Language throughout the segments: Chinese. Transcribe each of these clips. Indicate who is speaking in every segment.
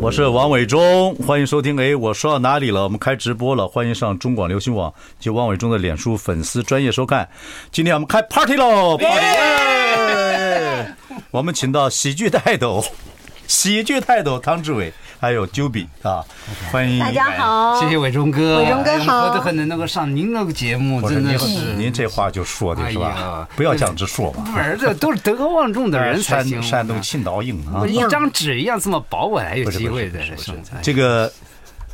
Speaker 1: 我是王伟忠，欢迎收听。哎，我说到哪里了？我们开直播了，欢迎上中广流行网及王伟忠的脸书粉丝专业收看。今天我们开 party 喽！party！哎我们请到喜剧泰斗、 喜剧泰斗汤志伟，还有 Juby 啊，欢迎
Speaker 2: 大家。好，
Speaker 3: 谢谢伟忠哥，哎
Speaker 2: 伟忠哥好
Speaker 3: 何德很能能够上您那个节目，
Speaker 1: 我说
Speaker 3: 真的
Speaker 1: 您
Speaker 3: 是
Speaker 1: 您这话就说的是
Speaker 3: 哎
Speaker 1: 吧
Speaker 3: 呀？
Speaker 1: 不要讲直说吧。
Speaker 3: 不是这都是德高望重的人才
Speaker 1: 山
Speaker 3: 行。
Speaker 1: 山东青岛硬啊
Speaker 3: 我，一
Speaker 2: 样
Speaker 3: 张纸一样这么薄，我还有
Speaker 1: 不是
Speaker 3: 机会
Speaker 1: 不
Speaker 3: 的哎
Speaker 1: 是不是
Speaker 3: 身材。
Speaker 1: 这个。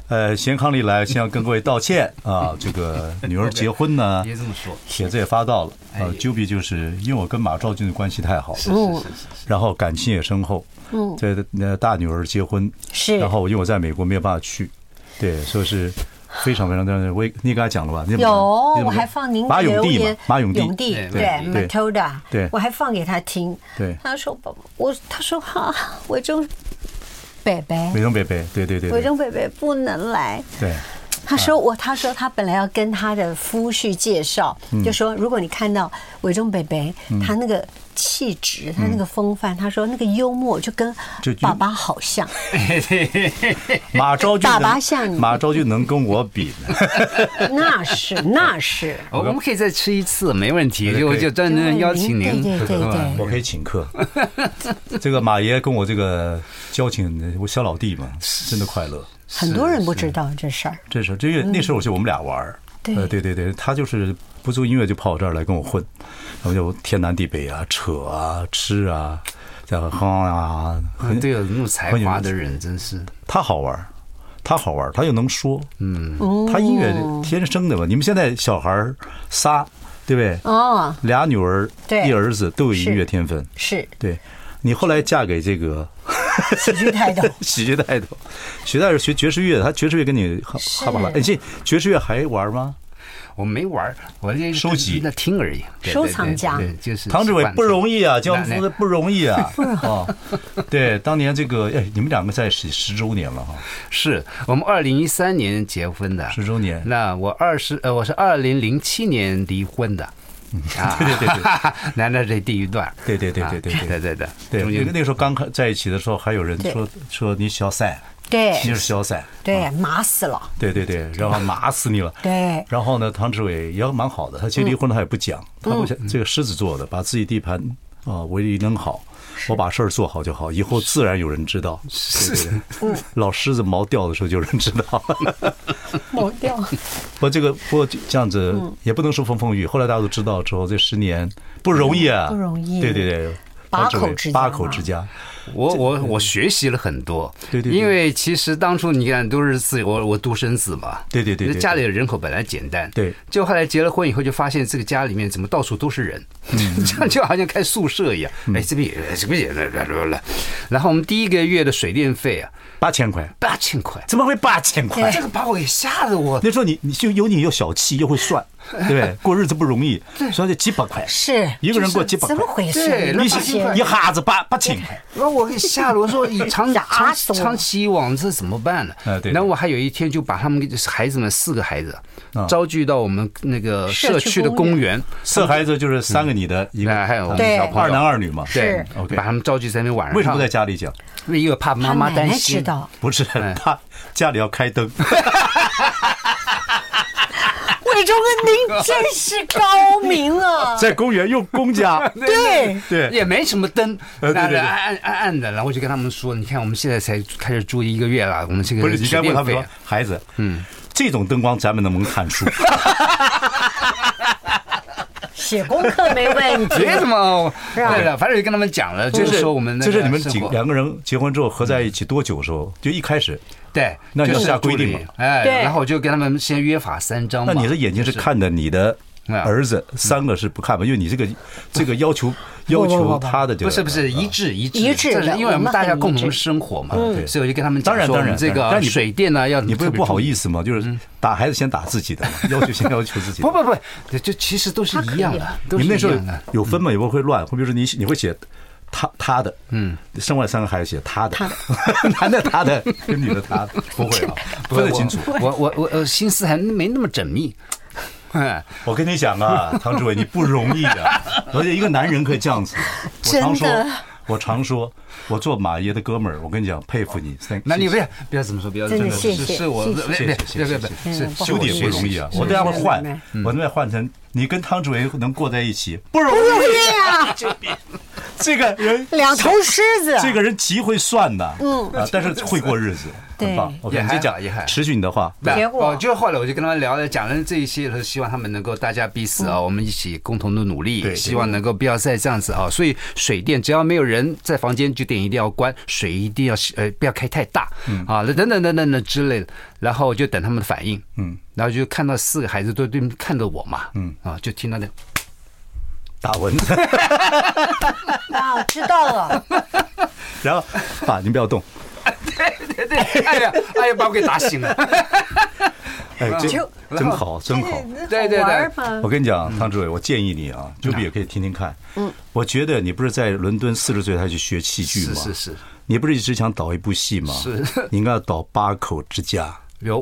Speaker 1: 呃，贤康里来，先要跟各位道歉啊！ 这个女儿结婚 呢，
Speaker 3: 别这么说，
Speaker 1: 帖子也发到了。
Speaker 3: 哎
Speaker 1: 呃，Juby 就是因为我跟马兆军的关系太好了，
Speaker 2: 嗯
Speaker 1: 然后感情也深厚。
Speaker 2: 嗯
Speaker 1: 这呃大女儿结婚，
Speaker 2: 是
Speaker 1: 然后因为我在美国没有办法去，对，所以是非常非常的。我也你给他讲了吧？你怎么
Speaker 2: 有
Speaker 1: 你怎么
Speaker 2: 我还放您
Speaker 1: 马
Speaker 2: 的
Speaker 1: 永
Speaker 2: 留
Speaker 1: 弟
Speaker 2: 言
Speaker 1: 嘛，，马永弟，
Speaker 2: 永弟
Speaker 3: 对
Speaker 2: 对
Speaker 1: 对对
Speaker 2: Matilda，
Speaker 1: 对
Speaker 2: 我还放给他听，
Speaker 1: 对
Speaker 2: 他说宝我他说哈，伟忠北北
Speaker 1: 伟，忠北北，对对对
Speaker 2: 伟
Speaker 1: 对
Speaker 2: 忠北北不能来，
Speaker 1: 对，
Speaker 2: 他说我，他说他本来要跟他的夫婿介绍，
Speaker 1: 嗯
Speaker 2: 就说如果你看到伟忠北北，他那个气质，他那个风范，他说那个幽默就跟
Speaker 1: 嗯这就
Speaker 2: 爸爸 好像，
Speaker 1: 马昭俊
Speaker 2: 爸爸
Speaker 1: 能
Speaker 2: 像你
Speaker 1: 马昭俊能跟我比呢？
Speaker 2: 那是那是，
Speaker 3: 我哦我们可以再吃一次，没问题。就
Speaker 1: 可以
Speaker 3: 就专门邀请您，
Speaker 2: 对对对
Speaker 3: 吧
Speaker 2: 对
Speaker 1: 啊我可以请 客。这个马爷跟我这个交情，我小老弟嘛，真的快乐。
Speaker 2: 很多人不知道这事儿。
Speaker 1: 这时候，这月那时候我就我们俩玩儿，
Speaker 2: 嗯对
Speaker 1: 呃对对对，他就是不做音乐就跑我这儿来跟我混，然后就天南地北啊，扯啊，吃啊，这样哼啊，
Speaker 3: 嗯
Speaker 1: 很
Speaker 3: 对，有那种才华的人真是
Speaker 1: 他好玩儿，他好玩儿，他又能说，嗯，他音乐天生的嘛。你们现在小孩儿仨，对不对？
Speaker 2: 哦，
Speaker 1: 俩女儿，
Speaker 2: 对
Speaker 1: 一儿子都有音乐
Speaker 2: 是
Speaker 1: 天分，
Speaker 2: 是
Speaker 1: 对。你后来嫁给这个
Speaker 2: 喜剧泰斗，
Speaker 1: 喜剧泰斗，喜剧泰斗学爵士乐，他爵士乐跟你哈哈巴拉，
Speaker 2: 是
Speaker 1: 哎，这爵士乐还玩吗？
Speaker 3: 我没玩儿，我就
Speaker 1: 收集
Speaker 3: 那听而已。对
Speaker 2: 收藏家
Speaker 3: 对对对就是
Speaker 1: 唐志伟不容
Speaker 3: 易。
Speaker 1: 易啊，江夫
Speaker 3: 那那
Speaker 1: 不容易 啊，哦，对，当年这个哎，你们两个在一起十周年了哈，
Speaker 3: 是我们二零一三年结婚的，
Speaker 1: 十周年，
Speaker 3: 那我二十呃，我是二零零七年离婚的。
Speaker 1: 嗯
Speaker 3: 啊，对对 对，那那这第一段，
Speaker 1: 对对对
Speaker 3: 啊
Speaker 1: 对对对
Speaker 3: 对对对，
Speaker 1: 对，
Speaker 3: 中
Speaker 1: 那
Speaker 3: 间
Speaker 1: 个那个时候刚开在一起的时候，还有人说说你小三，
Speaker 3: 哎
Speaker 2: 对
Speaker 1: 你就是小三，
Speaker 2: 对，麻死了，
Speaker 1: 对对对，然后麻死你了。
Speaker 2: 对
Speaker 1: 然后呢，唐志伟也蛮好的，他其实离婚了他也不讲，他
Speaker 2: 嗯
Speaker 1: 不想这个狮子座的，把自己地盘啊为理弄好，我把事儿做好就好，以后自然有人知道。对对对，
Speaker 2: 嗯
Speaker 1: 老狮子毛掉的时候就有人知 道。
Speaker 2: 毛掉。
Speaker 1: 不，这个不过这样子
Speaker 2: 嗯
Speaker 1: 也不能说风风雨，后来大家都知道之后，这十年不容易啊，
Speaker 2: 嗯不容易
Speaker 1: 对对对，
Speaker 2: 八
Speaker 1: 唐志伟
Speaker 2: 口之家
Speaker 1: 八
Speaker 2: 嘛
Speaker 1: 口之家，
Speaker 3: 我我我学习了很
Speaker 1: 嗯
Speaker 3: 多，
Speaker 1: 对对对
Speaker 3: 因为其实当初你看都是自己我我独生子嘛，
Speaker 1: 对对对对对
Speaker 3: 家里的人口本来简单，
Speaker 1: 对
Speaker 3: 就后来结了婚以后就发现这个家里面怎么到处都是人，
Speaker 1: 嗯
Speaker 3: 这样 就好像开宿舍一样，哎这边也这边也来来来来，然后我们第一个月的水电费啊
Speaker 1: 八千块，
Speaker 3: 八千块，
Speaker 1: 怎么会八千块？
Speaker 3: 这个把我给吓得我
Speaker 1: 那时候你你就有你又小气又会算，对不 对？过日子不容易，所以就几百块，
Speaker 2: 是
Speaker 1: 一个人过几百
Speaker 2: 怎么
Speaker 1: 块，
Speaker 2: 回
Speaker 3: 对
Speaker 2: 事？
Speaker 3: 那
Speaker 1: 一
Speaker 2: 这
Speaker 1: 下
Speaker 3: 八千块
Speaker 2: 些
Speaker 1: 一下子八八千块，
Speaker 3: 然后我给吓得我说 长
Speaker 2: 吓
Speaker 3: 长
Speaker 2: 死我
Speaker 3: 长期以往这怎么办呢？
Speaker 1: 哎对
Speaker 3: 然后我还有一天就把他们孩子们四个孩子
Speaker 1: 啊
Speaker 3: 招聚到我们那个
Speaker 2: 社
Speaker 3: 社
Speaker 2: 区
Speaker 3: 区的
Speaker 2: 公园
Speaker 3: 公园，
Speaker 1: 四孩子就是三个你的一个，
Speaker 3: 哎还有我
Speaker 2: 对
Speaker 3: 们小朋友
Speaker 1: 二男二女嘛。
Speaker 2: 是
Speaker 3: 对
Speaker 1: OK
Speaker 3: 把他们召集在那边晚上。
Speaker 1: 为什么不在？家里讲？
Speaker 3: 因为一个怕妈
Speaker 2: 他
Speaker 3: 妈
Speaker 2: 奶
Speaker 3: 担
Speaker 2: 奶
Speaker 3: 心。
Speaker 2: 知。道，
Speaker 1: 不是
Speaker 3: 哎
Speaker 1: 他家里要开灯，
Speaker 2: 伟忠哥您真是高明啊！
Speaker 1: 在公园用公家，
Speaker 2: 对，
Speaker 1: 对，
Speaker 3: 也没什么灯，
Speaker 1: 呃对对对
Speaker 3: 那暗暗暗暗的。然后我就跟他们说：“你看，我们现在才开始住一个月了，我们这个
Speaker 1: 不是你
Speaker 3: 水
Speaker 1: 该问他
Speaker 3: 电
Speaker 1: 们说
Speaker 3: 费啊，
Speaker 1: 孩子，嗯，这种灯光咱们能不能看出？
Speaker 2: 写功课没问题。
Speaker 3: 没什么。”
Speaker 2: 是啊
Speaker 3: 对了，反正就跟他们讲了， 就是说我们那
Speaker 1: 这
Speaker 3: 个
Speaker 1: 是你们几
Speaker 3: 生活嗯
Speaker 1: 两个人结婚之后合在一起多久的时候？就一开始，
Speaker 3: 对，
Speaker 1: 那你
Speaker 3: 就
Speaker 1: 要
Speaker 3: 是
Speaker 1: 下规定
Speaker 3: 助理
Speaker 1: 嘛
Speaker 3: 哎，
Speaker 2: 对
Speaker 3: 然后我就跟他们先约法三章
Speaker 1: 那
Speaker 3: 嘛。
Speaker 1: 你的眼睛是看着你的
Speaker 3: 啊
Speaker 1: 儿子三个是不看吧，因为你这个这个要求要求他的这个嗯啊
Speaker 3: 不是不是一致一致
Speaker 2: 一致的
Speaker 3: 这是因为我们大家共同生活嘛，
Speaker 2: 嗯
Speaker 1: 致
Speaker 3: 所以我就跟他们
Speaker 1: 当
Speaker 3: 讲
Speaker 1: 然
Speaker 3: 说，
Speaker 1: 当然
Speaker 3: 这
Speaker 1: 当然
Speaker 3: 个
Speaker 1: 但你
Speaker 3: 水电啊呢要
Speaker 1: 你不是不好
Speaker 3: 思。
Speaker 1: 意思吗？就是打孩子先打自己 的嘛，要求先要求自己的。
Speaker 3: 嗯不不不，就其实都是一样的，都
Speaker 1: 你
Speaker 3: 是
Speaker 1: 们那时
Speaker 3: 一
Speaker 1: 候
Speaker 3: 样的。嗯
Speaker 1: 有分吗？有没有会乱？会比如说你你会写他他的，嗯，生完三个孩子写他的， 男的他的跟女的他的， 不会啊，分得清楚。
Speaker 3: 我我我我心思还没那么缜密。 哎，
Speaker 1: 我跟你讲 啊，唐志伟，你不容易啊，而且一个男人可以这样子。我常
Speaker 2: 真的
Speaker 1: 说，我常说，我做马爷的哥们儿，我跟你讲，佩服你。thank-
Speaker 3: 那你不
Speaker 1: 谢谢
Speaker 3: 要不要这么说，不要这
Speaker 2: 真的
Speaker 3: 么说，
Speaker 2: 谢
Speaker 3: 是
Speaker 2: 谢
Speaker 3: 是我，
Speaker 2: 谢
Speaker 3: 别
Speaker 2: 谢
Speaker 3: 别别别别别，
Speaker 2: 谢
Speaker 3: 是
Speaker 2: 谢
Speaker 3: 是
Speaker 2: 兄
Speaker 1: 兄
Speaker 3: 我
Speaker 1: 弟
Speaker 2: 弟
Speaker 1: 也
Speaker 2: 也
Speaker 1: 不
Speaker 3: 学习
Speaker 1: 容易啊！
Speaker 2: 是
Speaker 1: 我等下会
Speaker 2: 是
Speaker 1: 换
Speaker 2: 是，
Speaker 1: 我那边换成你跟汤志伟能过在一起不容易啊！这个人
Speaker 2: 两头狮子，
Speaker 1: 这个人极会算的，嗯，啊，但是会过日子，
Speaker 2: 对
Speaker 1: 很棒。我跟你
Speaker 3: 也还
Speaker 1: 再
Speaker 3: 好
Speaker 1: 讲
Speaker 3: 也还，好
Speaker 1: 持续你的话，
Speaker 3: 不
Speaker 2: 结果
Speaker 3: 哦，就后来我就跟他们聊了，讲了这一些以后，希望他们能够大家彼此啊，我们一起共同的努
Speaker 1: 对
Speaker 3: 力，希望能够不要再这样子啊。所以水电只要没有人在房间，就电一定要关，水一定要呃不要开太大啊，等等等等等之类的。然后我就等他们的反应，嗯，然后就看到四个孩子都对看着我嘛，嗯啊，就听到那
Speaker 1: 打蚊子，
Speaker 2: 啊，我知道了，
Speaker 1: 然后爸，您不要动，
Speaker 3: 对对，哎呀，哎呀，把我给打醒了。
Speaker 1: 哎，真
Speaker 2: 就
Speaker 1: 真好，真好。
Speaker 3: 对对对
Speaker 2: 玩儿嘛
Speaker 1: 我跟你讲，汤志伟，我建议你啊，就比也可以听听看。嗯，我觉得你不是在伦敦四十岁才去学戏剧吗？
Speaker 3: 是是是，
Speaker 1: 你不是一直想导一部戏吗？
Speaker 3: 是，
Speaker 1: 你应该要导《八口之家
Speaker 3: 有》。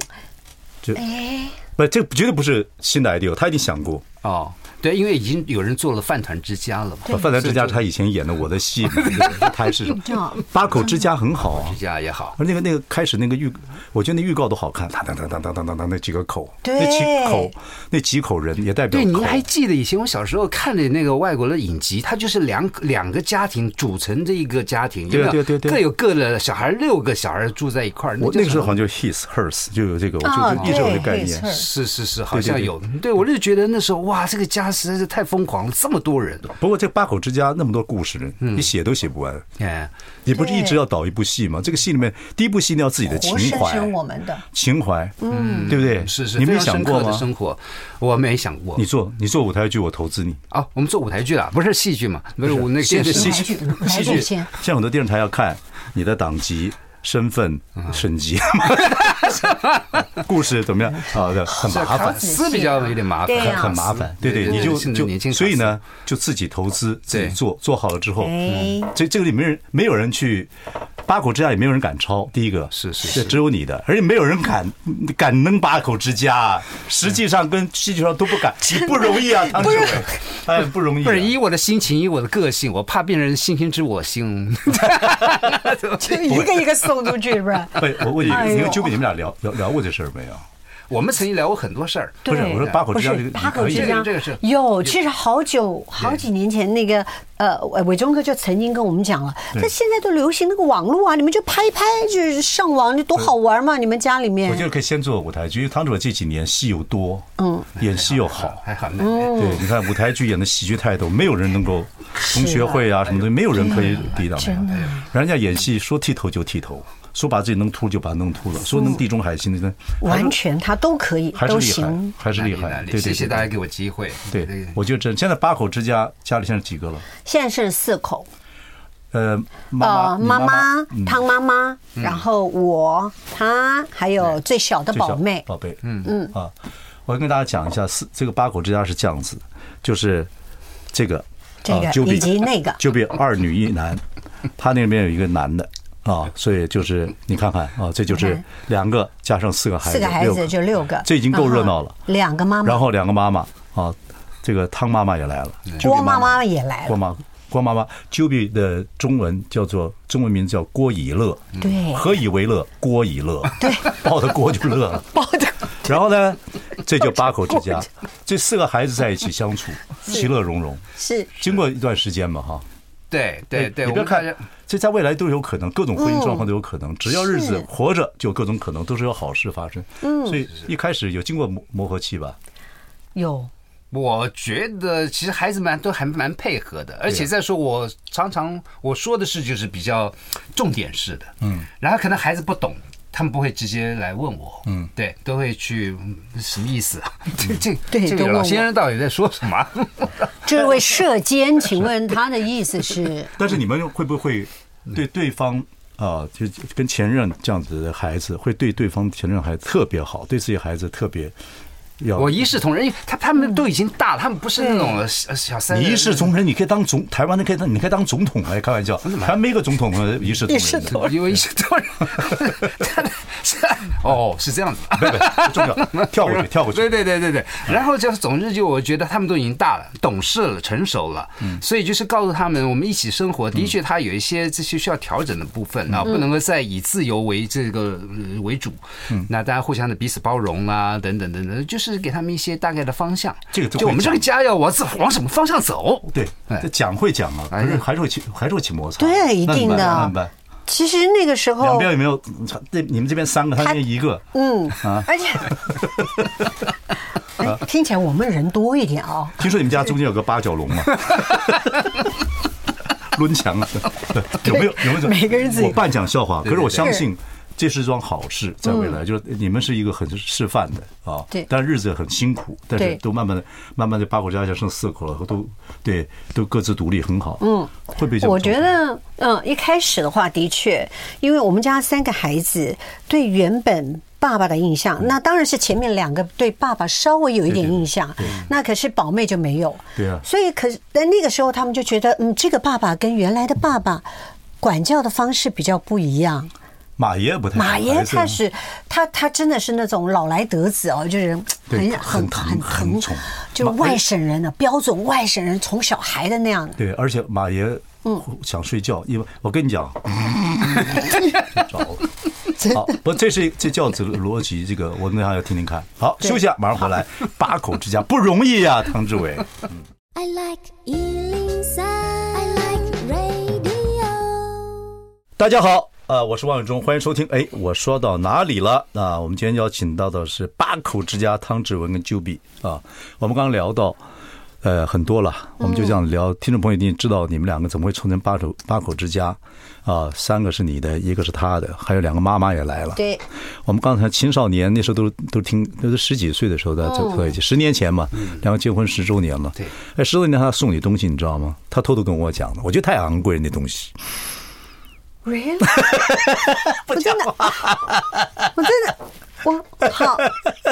Speaker 2: 哎，
Speaker 1: 不，这绝对不是新的 idea，他已经想过。
Speaker 3: 哦，对，因为已经有人做了饭团之家了嘛，
Speaker 1: 范哦兰之家是他以前演的我的戏 嘛，对不对他 是什么
Speaker 2: 这样
Speaker 1: 八口之家很好啊
Speaker 2: 嗯
Speaker 3: 之。家也好，
Speaker 1: 而那个那个开始那个预，我觉得那预告都好看，当当当当当当当当那几个口，
Speaker 2: 对
Speaker 1: 那几口那几口人也代表
Speaker 3: 对，您
Speaker 1: 口
Speaker 3: 还记得以前我小时候看的那个外国的影集，它就是两两个家庭组成这一个家庭，有没有
Speaker 1: 对对对对
Speaker 3: 各有各的小孩，六个小孩住在一块儿。
Speaker 1: 我那
Speaker 3: 就
Speaker 1: 个时候
Speaker 3: 想
Speaker 1: 好像就 his hers 就有这个，我
Speaker 2: 哦
Speaker 1: 就就一直有这个
Speaker 2: 对
Speaker 1: 概
Speaker 2: his
Speaker 1: 念。
Speaker 2: hers
Speaker 3: 是是是，好像
Speaker 1: 对对
Speaker 3: 有，对我就觉得那时候哇，这个家实在是太疯狂了，这么多人，
Speaker 1: 不过这八口之家那么多故事呢，
Speaker 3: 嗯
Speaker 1: 你写都写不完。
Speaker 3: 哎，
Speaker 1: 你不是一直要导一部戏吗？这个戏里面第一部戏一定要自己的情
Speaker 2: 活生
Speaker 1: 怀，
Speaker 2: 生我们的
Speaker 1: 情怀，嗯，对不对？
Speaker 3: 是是，
Speaker 1: 你没
Speaker 3: 非常
Speaker 1: 想
Speaker 3: 深
Speaker 1: 过
Speaker 3: 刻的
Speaker 1: 吗？
Speaker 3: 生活，我没想过
Speaker 1: 你。做你做舞台剧，我投资你。
Speaker 3: 啊，我们做舞台剧了，不是戏剧嘛？不是我那 个
Speaker 1: 现
Speaker 3: 电
Speaker 1: 在
Speaker 3: 视
Speaker 1: 戏
Speaker 3: 剧，
Speaker 1: 剧
Speaker 2: 舞台剧
Speaker 1: 戏
Speaker 2: 舞台
Speaker 1: 剧，
Speaker 2: 剧先
Speaker 1: 现在很多电视台要看你的党籍、身份、
Speaker 3: 啊
Speaker 1: 省级， 故事怎么样啊？对很麻烦
Speaker 2: 考，子
Speaker 3: 撕比较有点麻烦，
Speaker 2: 对呀
Speaker 1: 很很麻烦。对对，你就
Speaker 3: 啊现在年
Speaker 1: 就
Speaker 3: 轻，
Speaker 1: 所以，呢，就自己投资，自己
Speaker 3: 对
Speaker 1: 做，做好了之后，嗯
Speaker 2: 哎，
Speaker 1: 这这个里没人没有人去，八口之家也没有人敢抄。第一个
Speaker 3: 是是
Speaker 1: 这只有你的，而且没有人敢敢弄八口之家，实际上跟戏剧上都不敢，你不容 易啊，唐志伟，哎，不容易啊。
Speaker 3: 不是以我的心情，以我的个性，我怕别人心情知我心。
Speaker 2: 就一个一个送出去，是不是？
Speaker 1: 不是，我问你，
Speaker 2: 哎呦
Speaker 1: 你跟 j u 你们俩聊聊聊过这事儿没有？
Speaker 3: 我们曾经聊过很多事儿，
Speaker 1: 不是，
Speaker 2: 对
Speaker 1: 我说八口
Speaker 2: 不
Speaker 1: 之家
Speaker 2: 是
Speaker 1: 这个
Speaker 2: 八
Speaker 1: 你
Speaker 2: 口
Speaker 1: 可以
Speaker 2: 之
Speaker 3: 这
Speaker 2: 家
Speaker 3: 个这个是
Speaker 2: 有，其实好久好几年前那个呃，伟伟忠哥就曾经跟我们讲了，但现在都流行那个网络啊，你们就拍一拍，就是上网，你多好玩嘛！你们家里
Speaker 1: 我觉
Speaker 2: 面
Speaker 1: 得可以先做舞台剧，因为汤主任这几年戏又多，嗯，演戏又好。
Speaker 3: 还好呢。
Speaker 2: 哦
Speaker 1: 对，你看舞台剧演的喜剧态度，没有人能够同学会啊什么东西，没有人
Speaker 2: 哎
Speaker 1: 可以抵挡的。人家演戏说剃头就剃头，说把自己弄秃就把它弄秃了，说弄地中海型的，
Speaker 2: 嗯完全他都可以，
Speaker 1: 还是
Speaker 2: 都
Speaker 1: 厉害
Speaker 2: 行，。
Speaker 1: 还是厉
Speaker 3: 哪里哪
Speaker 1: 害。
Speaker 3: 里
Speaker 1: 对对，
Speaker 3: 谢谢大家
Speaker 1: 家。
Speaker 3: 给我机会。
Speaker 1: 对
Speaker 3: 对，
Speaker 1: 我就真现在八口之家，家里现在几个了？
Speaker 2: 现在是四口，
Speaker 1: 呃，妈妈，
Speaker 2: 呃，
Speaker 1: 你
Speaker 2: 妈妈
Speaker 1: 嗯
Speaker 2: 汤妈妈，然后我他，还有最小的
Speaker 1: 最小
Speaker 2: 宝妹，
Speaker 1: 宝贝，嗯嗯啊，我跟大家讲一下，四这个八口之家是这样子的，就是这个
Speaker 2: 这个
Speaker 1: 啊就比
Speaker 2: 以及那个
Speaker 1: 就比二女一男，他那边有一个男的。啊，所以就是你看看啊，这就是两个加上四个孩子，
Speaker 2: 四个孩
Speaker 1: 六
Speaker 2: 子就六个，
Speaker 1: 这已经够热闹了。
Speaker 2: 然后两个妈
Speaker 1: 然
Speaker 2: 妈，
Speaker 1: 后两个妈妈啊，这个汤妈妈也来了，就
Speaker 2: 郭
Speaker 1: 比妈
Speaker 2: 妈妈也来
Speaker 1: 郭
Speaker 2: 了，
Speaker 1: 妈郭妈妈 j u b y 的中文叫做中文名字叫郭以乐，
Speaker 2: 对
Speaker 1: 何以为乐？郭以乐，对，抱着郭就乐了，抱着。然后呢，这就八口之家，这四个孩子在一起相处，其乐融融。
Speaker 2: 是
Speaker 1: 经过一段时间嘛，哈，哎
Speaker 3: 对对对，
Speaker 1: 你
Speaker 3: 我
Speaker 1: 不要
Speaker 3: 们大
Speaker 1: 看
Speaker 3: 家，
Speaker 1: 这在未来都有可能，各种婚姻状况都有可能，只要日子
Speaker 2: 是
Speaker 1: 活着，就有各种可能，都是有好事发生。嗯，所以一开始有经过磨磨合期吧，
Speaker 2: 有。
Speaker 3: 我觉得其实孩子们都还蛮配合的，而且再说，我常常我说的事就是比较重点式的，嗯，然后可能孩子不懂。他们不会直接来问我，嗯，对，都会去嗯什么意思啊？
Speaker 1: 嗯
Speaker 3: 这这
Speaker 2: 对
Speaker 3: 这
Speaker 2: 都
Speaker 3: 个
Speaker 2: 问
Speaker 3: 老
Speaker 2: 我
Speaker 3: 先生到底在说什么 啊？
Speaker 2: 这位射监，请问他的意思是？
Speaker 1: 但是你们会不会
Speaker 3: 嗯
Speaker 1: 对对方啊，就跟前任这样子的孩子，会对对方前任孩子特别好，对自己孩子特别要？
Speaker 3: 我一视同仁，因为他他们都已经大了，他们不是那种呃小小三
Speaker 1: 你
Speaker 3: 人
Speaker 1: 一视同仁，你可以当总台湾的可以当，你可以当总统哎，开玩笑，台湾没个总统呃一视同
Speaker 2: 一视
Speaker 1: 仁的
Speaker 2: 同。
Speaker 3: 我以为是多人，是哦，是这样子。
Speaker 1: 不不不重要， 跳过去，跳过去。
Speaker 3: 对对对对对，然后就是，总之就我觉得他们都已经大了，懂事了，成熟了，
Speaker 1: 嗯
Speaker 3: 所以就是告诉他们，我们一起生活，的确他有一些这些需要调整的部
Speaker 1: 嗯
Speaker 3: 分啊，不能够再以自由为这个呃为主，
Speaker 1: 嗯
Speaker 3: 那大家互相的彼此包容啊，等等等等，就是给他们一些大概的方向。
Speaker 1: 这个都会
Speaker 3: 就我们这个家要往往什么方向走？
Speaker 1: 对，
Speaker 3: 哎
Speaker 1: 这讲会讲啊，可
Speaker 3: 哎
Speaker 1: 是还是会起，还是会起摩擦。
Speaker 2: 对一
Speaker 1: 那怎么
Speaker 2: 定
Speaker 1: 办
Speaker 2: 的哦
Speaker 1: 那怎么办？
Speaker 2: 其实那个时
Speaker 1: 两
Speaker 2: 候，
Speaker 1: 边有没有？这你们这边三个，他那边一个。
Speaker 2: 嗯，
Speaker 1: 啊
Speaker 2: 而且。 哎听起来我们人多一点啊、
Speaker 1: 听说你们家中间有个八角笼 嘛？抡墙啊，有没有？有没有？
Speaker 2: 每个人自己
Speaker 1: 我半讲笑话，可是我
Speaker 3: 对对
Speaker 1: 相信这是桩好事，在未来就是你们是一个很示范的啊。
Speaker 2: 嗯对
Speaker 1: 但日子很辛苦，但是
Speaker 2: 对
Speaker 1: 都慢慢的、慢慢的八口家家剩四口了，都对，都各自独立，很好。嗯，会不会这样？
Speaker 2: 我觉得，嗯，一开始的话，的确，因为我们家三个孩子对原本。爸爸的印象，那当然是前面两个对爸爸稍微有一点印象，那可是宝妹就没有。
Speaker 1: 对啊
Speaker 2: 所以可是但那个时候他们就觉得，嗯，这个爸爸跟原来的爸爸管教的方式比较不一样。
Speaker 1: 马爷不太好
Speaker 2: 马爷
Speaker 1: 还是
Speaker 2: 开始，他他真的是那种老来得子哦，就是
Speaker 1: 对
Speaker 2: 很很
Speaker 1: 很
Speaker 2: 很
Speaker 1: 很
Speaker 2: 疼
Speaker 1: 宠，
Speaker 2: 就是
Speaker 1: 马爷
Speaker 2: 外省人的标准外省人宠小孩的那样的。
Speaker 1: 对，而且马爷嗯想睡觉，因为我跟你讲，睡着了。好，不，这是这教子逻辑，这个我们等一下要听听看。好，
Speaker 2: 对
Speaker 1: 休息一下，马上回来。八口之家不容易呀、汤志伟。
Speaker 4: I like Ealing Sound. I like radio.
Speaker 1: 大家好，呃，我是王伟忠，欢迎收听。哎，我说到哪里了？啊，我们今天邀请到的是八口之家汤志文跟 Juby 啊，我们刚刚聊到。呃，很多了，我们就这样聊。听众朋友一定知道你们两个怎么会凑成八口八口之家，啊、三个是你的，一个是他的，还有两个妈妈也来了。
Speaker 2: 对，
Speaker 1: 我们刚才青少年那时候都都听，都是十几岁的时候在
Speaker 2: 哦
Speaker 1: 凑在一起，十年前嘛，
Speaker 2: 嗯
Speaker 1: 两个结婚十周年了。
Speaker 3: 对，
Speaker 1: 哎，十周年他送你东西，你知道吗？他偷偷跟我讲的，我觉得太昂贵了那东 西。
Speaker 2: Really？我真的，我真的，我好，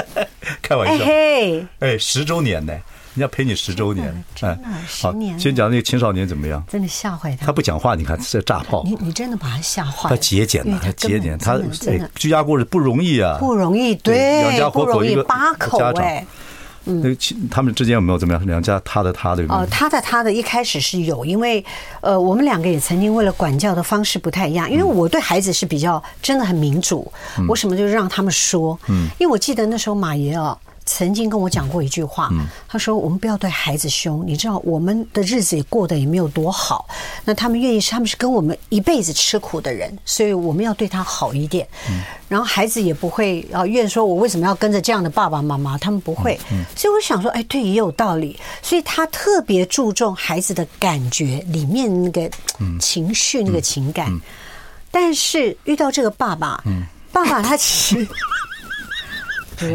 Speaker 1: 开玩
Speaker 2: 哎
Speaker 1: 笑，
Speaker 2: 嘿，
Speaker 1: 哎，十周年呢，人家陪你十周年，
Speaker 2: 真
Speaker 1: 哎
Speaker 2: 的真的，
Speaker 1: 好
Speaker 2: 十年，了
Speaker 1: 先讲那个青少年怎么样？
Speaker 2: 真的吓坏
Speaker 1: 他
Speaker 2: 他。
Speaker 1: 不讲话，你看这炸炮，
Speaker 2: 你你真的把他吓坏
Speaker 1: 他
Speaker 2: 了，
Speaker 1: 节俭
Speaker 2: 因
Speaker 1: 呐
Speaker 2: 为，
Speaker 1: 他
Speaker 2: 根
Speaker 1: 节
Speaker 2: 本
Speaker 1: 俭，他
Speaker 2: 真的真
Speaker 1: 哎
Speaker 2: 的
Speaker 1: 居家过日不容易啊，
Speaker 2: 不容易，
Speaker 1: 两
Speaker 2: 对
Speaker 1: 家，
Speaker 2: 不
Speaker 1: 活口
Speaker 2: 容
Speaker 1: 一
Speaker 2: 易
Speaker 1: 个，
Speaker 2: 八口
Speaker 1: 家长
Speaker 2: 哎。
Speaker 1: 那个亲他们之间有没有怎么样？两家他的他的有没有
Speaker 2: 哦，他的他的一开始是有，因为呃，我们两个也曾经为了管教的方式不太一样，因为我对孩子是比较真的很民主，我什么就让他们说。嗯，因为我记得那时候马爷哦。曾经跟我讲过一句话，他说：“我们不要对孩子凶，你知道我们的日子也过得也没有多好，那他们愿意，他们是跟我们一辈子吃苦的人，所以我们要对他好一点。然后孩子也不会啊怨说，我为什么要跟着这样的爸爸妈妈？他们不会。所以我想说，哎，对，也有道理。所以他特别注重孩子的感觉里面那个情绪、那个情感。但是遇到这个爸爸， 爸爸他其实。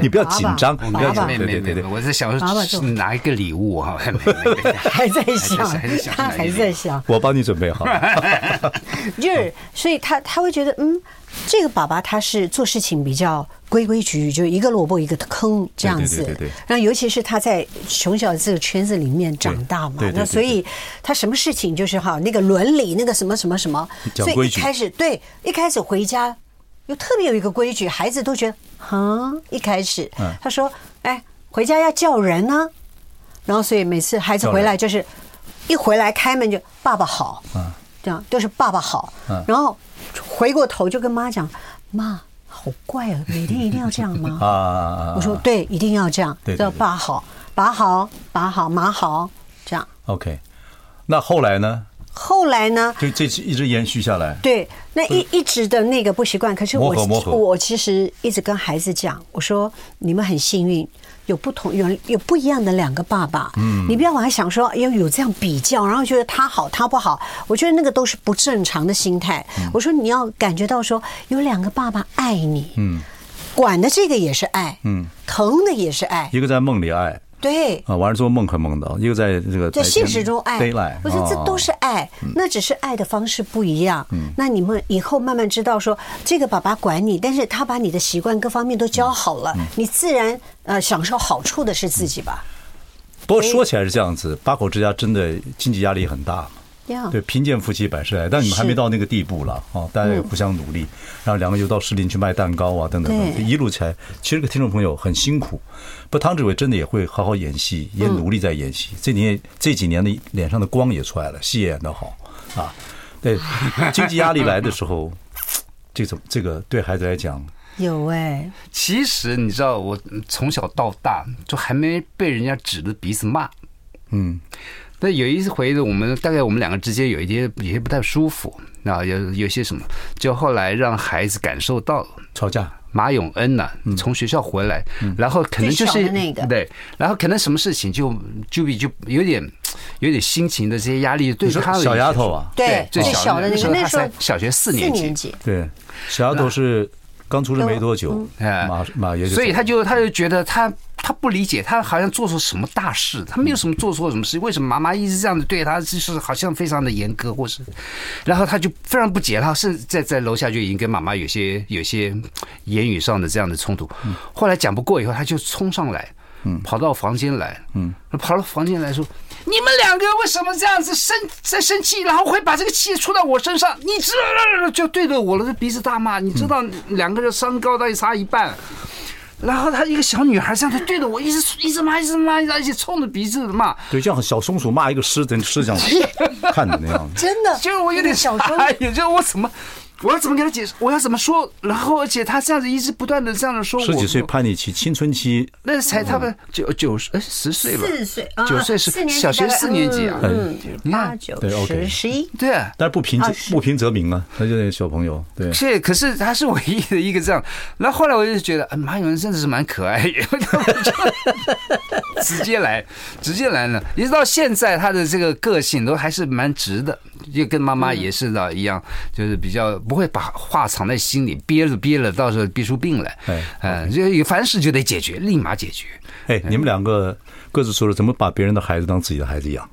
Speaker 1: 你不要紧张
Speaker 2: 爸
Speaker 1: 你
Speaker 2: 爸
Speaker 1: 不要
Speaker 2: 爸爸
Speaker 1: 紧
Speaker 3: 没
Speaker 1: 对对
Speaker 3: 没
Speaker 1: 对
Speaker 3: 没
Speaker 1: 对
Speaker 3: 没，我在想
Speaker 2: 爸爸就
Speaker 3: 说拿一个礼物哈， 没没没
Speaker 2: 还在
Speaker 3: 还
Speaker 2: 想
Speaker 3: 在还在，想
Speaker 2: 他还在想，
Speaker 1: 我帮你准备 好。啊
Speaker 2: 就是，所以他他会觉得，嗯，这个爸爸他是做事情比较规规矩矩，就一个萝卜一个坑这样子。
Speaker 1: 对对对对对
Speaker 2: 然后尤其是他在穷小子这个圈子里面长大嘛
Speaker 1: 对对，对对
Speaker 2: 那所以他什么事情就是哈那个伦理那个什么什么什么，
Speaker 1: 讲
Speaker 2: 所以
Speaker 1: 规
Speaker 2: 一
Speaker 1: 矩
Speaker 2: 开始对一开始回家又特别有一个规矩，孩子都觉得，嗯，一开始
Speaker 1: 嗯
Speaker 2: 他说，哎，回家要叫人呢、然后所以每次孩子回来就是一回来开门就爸爸好，
Speaker 1: 嗯
Speaker 2: 这样就是爸爸好，然后回过头就跟妈讲，妈好怪啊，每天一定要这样吗？
Speaker 1: 啊，
Speaker 2: 我说对，一定要这样
Speaker 1: 对，对
Speaker 2: 叫
Speaker 1: 对
Speaker 2: 爸好，爸好，爸好，妈好，这样。
Speaker 1: OK，那后来呢？
Speaker 2: 后来呢，
Speaker 1: 就这期一直延续下来。
Speaker 2: 对，那一一直的那个不习惯，可是我
Speaker 1: 嗯磨合磨合
Speaker 2: 我其实一直跟孩子讲，我说你们很幸运，有不同有有不一样的两个爸爸。嗯，你不要把他想说要有这样比较，然后觉得他好他不好，我觉得那个都是不正常的心态。
Speaker 1: 嗯
Speaker 2: 我说你要感觉到说有两个爸爸爱你，嗯，管的这个也是爱，嗯，疼的也是爱，
Speaker 1: 一个在梦里爱
Speaker 2: 对，
Speaker 1: 啊，晚上做梦很梦到；一个在这个
Speaker 2: 在
Speaker 1: 白
Speaker 2: 现
Speaker 1: 天
Speaker 2: 实中爱
Speaker 1: daylight，，
Speaker 2: 我觉得这
Speaker 1: 啊
Speaker 2: 都是爱，那只是爱的方式不一样。那你们以后慢慢知道说，这个爸爸管你，但是他把你的习惯各方面都教好了，你自然呃享受好处的是自己吧。
Speaker 1: 不过说起来是这样子，八口之家真的经济压力很大，
Speaker 2: 这样
Speaker 1: 对，贫贱夫妻百事哀，但你们还没
Speaker 2: 啊是嗯
Speaker 1: 到那个地步了啊！大家也互相努力，然后两个又到市林去卖蛋糕啊，等等等，
Speaker 2: 对
Speaker 1: 一路起来，其实这个听众朋友很辛苦。不，汤志伟真的也会好好演戏，也努力在演戏。这年这几年的脸上的光也出来了，戏也演得好啊。对，经济压力来的时候，这种这个对孩子来讲，
Speaker 2: 有哎、
Speaker 3: 其实你知道，我从小到大就还没被人家指着鼻子骂。
Speaker 1: 嗯，
Speaker 3: 那有一回，我们大概我们两个之间有一些有些不太舒服，啊，有有些什么，就后来让孩子感受到了。
Speaker 1: 吵架
Speaker 3: 马永恩呐、
Speaker 1: 嗯
Speaker 3: 从学校回来，然后可能就
Speaker 2: 最
Speaker 3: 是
Speaker 2: 小的那个
Speaker 3: 对，然后可能什么事情就就比就有点有点心情的这些压力，对
Speaker 1: 你说
Speaker 3: 他的
Speaker 1: 小
Speaker 3: 影
Speaker 1: 丫
Speaker 3: 响
Speaker 1: 头啊
Speaker 2: 对
Speaker 3: 最
Speaker 2: 最小
Speaker 3: 小
Speaker 2: 的那个
Speaker 3: 那
Speaker 2: 那时候
Speaker 3: 他才小学四
Speaker 2: 四
Speaker 3: 年级
Speaker 2: 年，级
Speaker 1: 对，小丫头是刚出生没多久，
Speaker 3: 哎
Speaker 1: 马马爷就走了，
Speaker 3: 所以他就他就觉得他他不理解，他好像做错什么大事，他没有什么做错什么事，为什么妈妈一直这样子对他，就是好像非常的严格，或是，然后他就非常不解，他甚至在在楼下就已经跟妈妈有些有些言语上的这样的冲突，后来讲不过以后，他就冲上来。跑到房间来，嗯，跑到房间来说：“你们两个为什么这样子生在生气，然后会把这个气出到我身上？你知道，就对着我的鼻子大骂，你知道两个人身高大概差一半，然后她一个小女孩这样子对着我一直一直骂，一直骂，一直骂一直冲着鼻子骂，
Speaker 1: 对，像小松鼠骂一个狮子，狮子这样 看着那样子。
Speaker 2: 真的，
Speaker 3: 就是我有点
Speaker 2: 小
Speaker 3: 时
Speaker 2: 时
Speaker 3: 候
Speaker 2: 候，
Speaker 3: 也就是我怎么。我要怎么跟她解释？我要怎么说？然后，而且她这样子一直不断的这样子说我，
Speaker 1: 十几岁叛逆期、青春期，
Speaker 3: 那才他们九九十哎十岁吧，
Speaker 2: 四岁啊
Speaker 3: 九岁是
Speaker 2: 四年级
Speaker 3: 小学
Speaker 2: 大概
Speaker 3: 四年级啊。
Speaker 2: 嗯，
Speaker 3: 你看
Speaker 2: 八九
Speaker 1: 对，OK
Speaker 2: 十十一，
Speaker 3: 对啊，
Speaker 1: 但是不平
Speaker 2: 啊是
Speaker 1: 不平则鸣啊，他就那个小朋友，对，
Speaker 3: 是，可是他是唯一的一个这样。然后后来我就觉得， 啊马永仁真的是蛮可爱的，直接来，直接来了。一直到现在，他的这个个性都还是蛮直的，就跟妈妈也是的一样，就是比较不会把话藏在心里，憋着憋着，到时候憋出病来。
Speaker 1: 哎
Speaker 3: 嗯，就有凡事就得解决，立马解决。
Speaker 1: 哎，
Speaker 2: 嗯
Speaker 1: 你们两个各自说说怎么把别人的孩子当自己的孩子养，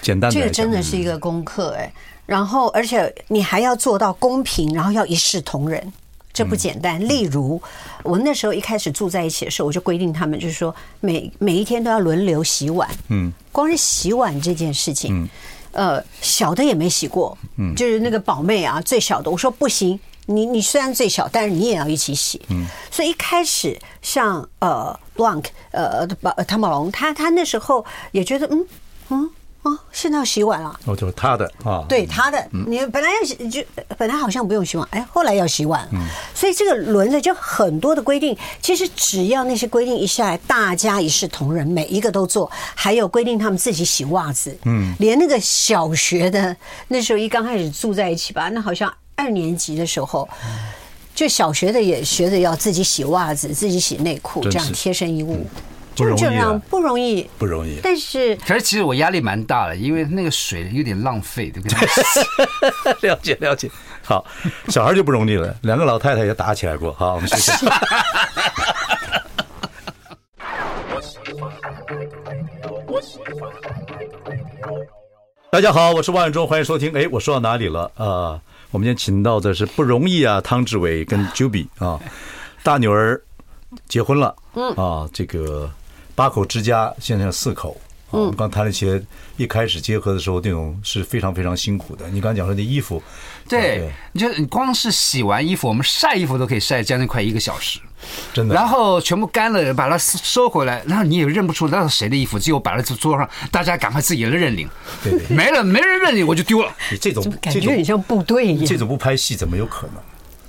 Speaker 1: 简单的
Speaker 2: 这个真的是一个功课哎、然后，而且你还要做到公平，然后要一视同仁，这不简单。例如，我那时候一开始住在一起的时候，我就规定他们就是说每每一天都要轮流洗碗。嗯，光是洗碗这件事情，呃，小的也没洗过，嗯，就是那个宝妹啊，最小的，我说不行。你你虽然最小，但是你也要一起洗。嗯，所以一开始像呃 Blank 呃宝呃唐宝龙，他他那时候也觉得嗯嗯哦，现在要洗碗了，
Speaker 1: 哦，就是他的啊，，
Speaker 2: 对他的，你本来要洗就本来好像不用洗碗，哎，后来要洗碗了，
Speaker 1: 嗯
Speaker 2: 所以这个轮着就很多的规定。其实只要那些规定一下来，大家一视同仁，每一个都做。还有规定他们自己洗袜子，嗯，连那个小学的那时候一刚开始住在一起吧，那好像二年级的时候。就小学的也学着要自己洗袜子、自己洗内裤，
Speaker 1: 真
Speaker 2: 这
Speaker 1: 是
Speaker 2: 样贴身衣物，
Speaker 1: 不
Speaker 2: 就
Speaker 1: 容易
Speaker 2: 这
Speaker 1: 啊
Speaker 2: 样不容易。
Speaker 1: 不容易。
Speaker 2: 但是
Speaker 3: 可是其实我压力蛮大的，因为那个水有点浪费，对不 对？
Speaker 1: 了解了解，好，小孩就不容易了，两个老太太也打起来过，好，我们谢谢。大家好，我是万永忠，欢迎收听。哎，我说到哪里了？啊、我们今天请到的是不容易啊，汤志伟跟 Juby 啊，大女儿结婚了，嗯啊，这个八口之家现在有四口。啊，我们刚谈了一些，一开始结合的时候，那种是非常非常辛苦的。你刚讲说那衣服，
Speaker 3: 对，你就你光是洗完衣服，我们晒衣服都可以晒将近快一个小时，
Speaker 1: 真的
Speaker 3: 然后全部干了，把它收回来，然后你也认不出那是谁的衣服，只有摆在桌上， 大家赶快自己来认领，
Speaker 1: 对对
Speaker 3: 没了没人认领我就丢了。
Speaker 1: 你这种
Speaker 2: 感
Speaker 1: 这
Speaker 2: 觉很
Speaker 1: 种
Speaker 2: 像部队一样
Speaker 1: 这。种不拍戏怎么有可能？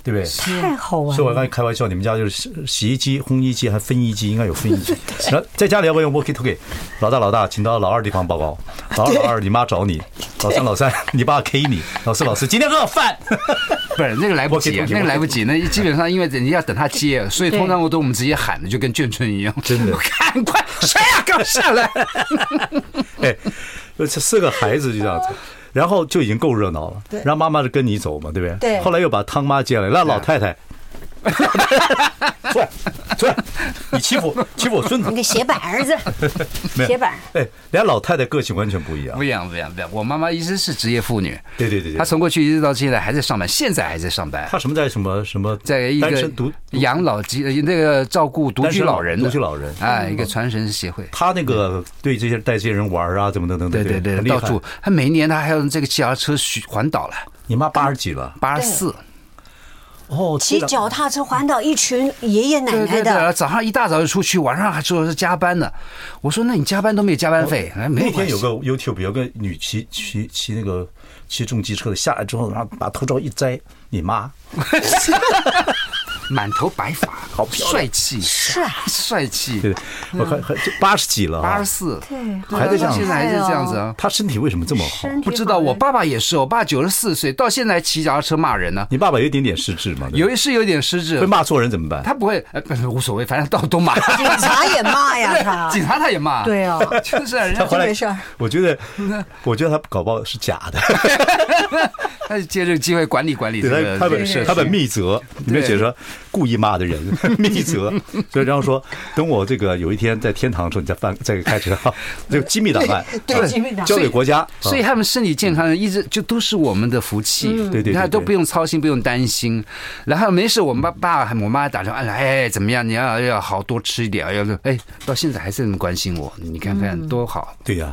Speaker 1: 对不对？
Speaker 2: 太好玩
Speaker 1: 所以我
Speaker 2: 了。
Speaker 1: 刚才开玩笑，你们家就是洗洗衣机、烘衣机还分衣机，应该有分衣 机。然后在家里要不要用 walkie talkie？老大老大，请到老二地方报 告。老二老二，你妈找你；老三老三，你爸 K 你；老四老四，今天饿 饭。
Speaker 3: 不是那个来不及
Speaker 1: Walkie，talkie，
Speaker 3: 那个来不及，那基本上因为人家要等他接，所以通常我都我们直接喊的，就跟眷村一样，真 的，赶快，谁呀、给我下来！
Speaker 1: 哎，这四个孩子就这样子，然后就已经够热闹了。
Speaker 2: 对
Speaker 1: 然后妈妈就跟你走嘛，对不对？
Speaker 2: 对
Speaker 1: 后来又把汤妈接来，那老太 太，出来，出来，你欺负欺负我孙子
Speaker 2: 你，个斜板 儿子，
Speaker 1: 没有
Speaker 2: 铁板
Speaker 1: 哎，人家老太太个性完全不一样
Speaker 3: 不。一样，不一样，不一样。我妈妈一直是职业妇女，
Speaker 1: 对对对对
Speaker 3: 她从过去一直到现在还在上班，现在还在上班，
Speaker 1: 她什么在什么什么
Speaker 3: 在一
Speaker 1: 单
Speaker 3: 个
Speaker 1: 身独
Speaker 3: 养老机呃那个照顾独
Speaker 1: 单
Speaker 3: 居
Speaker 1: 身
Speaker 3: 老人的，
Speaker 1: 独居老人
Speaker 3: 哎，一个传神协会。
Speaker 1: 他那个对这些带这些人玩啊，怎么等等
Speaker 3: 对
Speaker 1: 等，
Speaker 3: 对对，
Speaker 1: 很厉
Speaker 3: 到
Speaker 1: 害。
Speaker 3: 处她每一年她还有这个骑脚踏车巡环岛了，
Speaker 1: 你妈八十几了，
Speaker 3: 八十四，
Speaker 1: 哦，
Speaker 2: 骑
Speaker 1: 对了
Speaker 2: 脚踏车环岛一群爷爷奶
Speaker 3: 对
Speaker 2: 奶
Speaker 3: 对
Speaker 2: 的，
Speaker 3: 对，早上一大早就出去，晚上还说是加班呢。我说那你加班都没有加班费，哎，没
Speaker 1: 那
Speaker 3: 有
Speaker 1: 天
Speaker 3: 关系
Speaker 1: 有个 YouTube 有个女骑骑骑那个骑重机车的下来之后，然后把头罩一摘，你妈
Speaker 3: 满头白发，好帅气，
Speaker 2: 是啊，
Speaker 3: 帅气
Speaker 1: 对，，我看还八十几了啊，
Speaker 3: 嗯八十四，
Speaker 2: 对哎
Speaker 1: 还在这样
Speaker 3: 现在还是这样子啊。
Speaker 1: 她身体为什么这么好？
Speaker 2: 身体
Speaker 3: 不知道，
Speaker 2: 好了
Speaker 3: 我爸爸也是，我爸九十四岁，到现在还骑脚踏车骂人呢、
Speaker 1: 你爸爸有一点点失智嘛，对吧
Speaker 3: 有一是有点失智
Speaker 1: 会，骂错人怎么办？
Speaker 3: 他不会，呃，不是无所谓，反正到 都骂，
Speaker 2: 警察也 骂呀他，
Speaker 3: 警察他也骂，
Speaker 2: 对啊
Speaker 3: 就是啊人
Speaker 1: 他
Speaker 3: 家
Speaker 1: 回
Speaker 2: 这
Speaker 1: 来
Speaker 2: 回事儿，
Speaker 1: 我觉 得，我觉得他搞不好是假的，
Speaker 3: 他就借这个机会管理管理这
Speaker 1: 对他
Speaker 3: 个
Speaker 1: 他
Speaker 3: 这
Speaker 1: 本
Speaker 3: 个社
Speaker 1: 他本
Speaker 3: 区。
Speaker 1: 密责里面写着故意骂的 人密责，所以然后说等我这个有一天在天堂的时候，你再翻再开 车，就机密档案，
Speaker 2: 对
Speaker 1: 啊
Speaker 2: 机密档案
Speaker 1: 交给国家，
Speaker 3: 所以
Speaker 1: 啊
Speaker 3: 他们身体健康一直就都是我们的福气，
Speaker 1: 对对对
Speaker 3: 你看
Speaker 1: 对
Speaker 3: 都不用操心，不用担心。然后没事，我们爸爸和我妈打电话，哎，怎么样？你要要好多吃一点，要哎，到现在还是那么关心我，你看看多好。
Speaker 1: 对呀、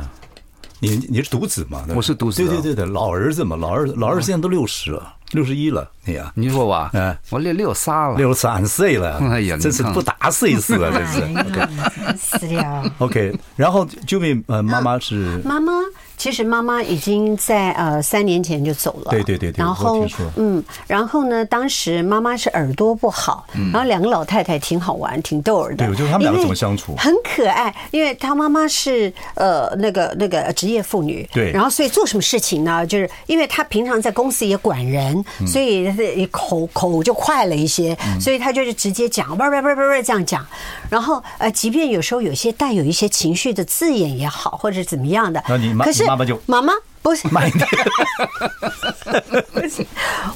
Speaker 1: 你你是独子嘛？对吧
Speaker 3: 我是独子
Speaker 1: 对
Speaker 3: 啊
Speaker 1: 对对对，老儿子嘛，老儿子老儿子现在都六十了，六十一了，你呀、
Speaker 3: 你说我啊
Speaker 1: 哎，
Speaker 3: 我六六仨了，
Speaker 1: 六十三岁了，
Speaker 3: 哎呀你
Speaker 1: 真是
Speaker 3: 看
Speaker 1: 不打死一次 啊，真
Speaker 2: 哎
Speaker 1: 是。
Speaker 2: 呀，烦死了。
Speaker 1: OK，然后救命，呃，妈妈是
Speaker 2: 妈妈，其实妈妈已经在呃三年前就走了。
Speaker 1: 对对对对
Speaker 2: 然
Speaker 1: 我
Speaker 2: 后
Speaker 1: 听说
Speaker 2: 嗯，然后呢，当时妈妈是耳朵不好，然后两个老太太挺好玩，挺逗儿
Speaker 1: 嗯
Speaker 2: 的。
Speaker 1: 对我觉得他们两个
Speaker 2: 因为
Speaker 1: 怎么相处
Speaker 2: 很可爱，因为她妈妈是呃那个那个职业妇女。
Speaker 1: 对
Speaker 2: 然后所以做什么事情呢？就是因为她平常在公司也管人，
Speaker 1: 嗯
Speaker 2: 所以她也口口就快了一些，所以她就是直接讲，叭叭叭叭叭这样讲。然后呃，即便有时候有些带有一些情绪的字眼也好，或者怎么样的。
Speaker 1: 那你妈
Speaker 2: 可是
Speaker 1: 你妈妈就
Speaker 2: 妈妈不是，
Speaker 1: 慢一 点，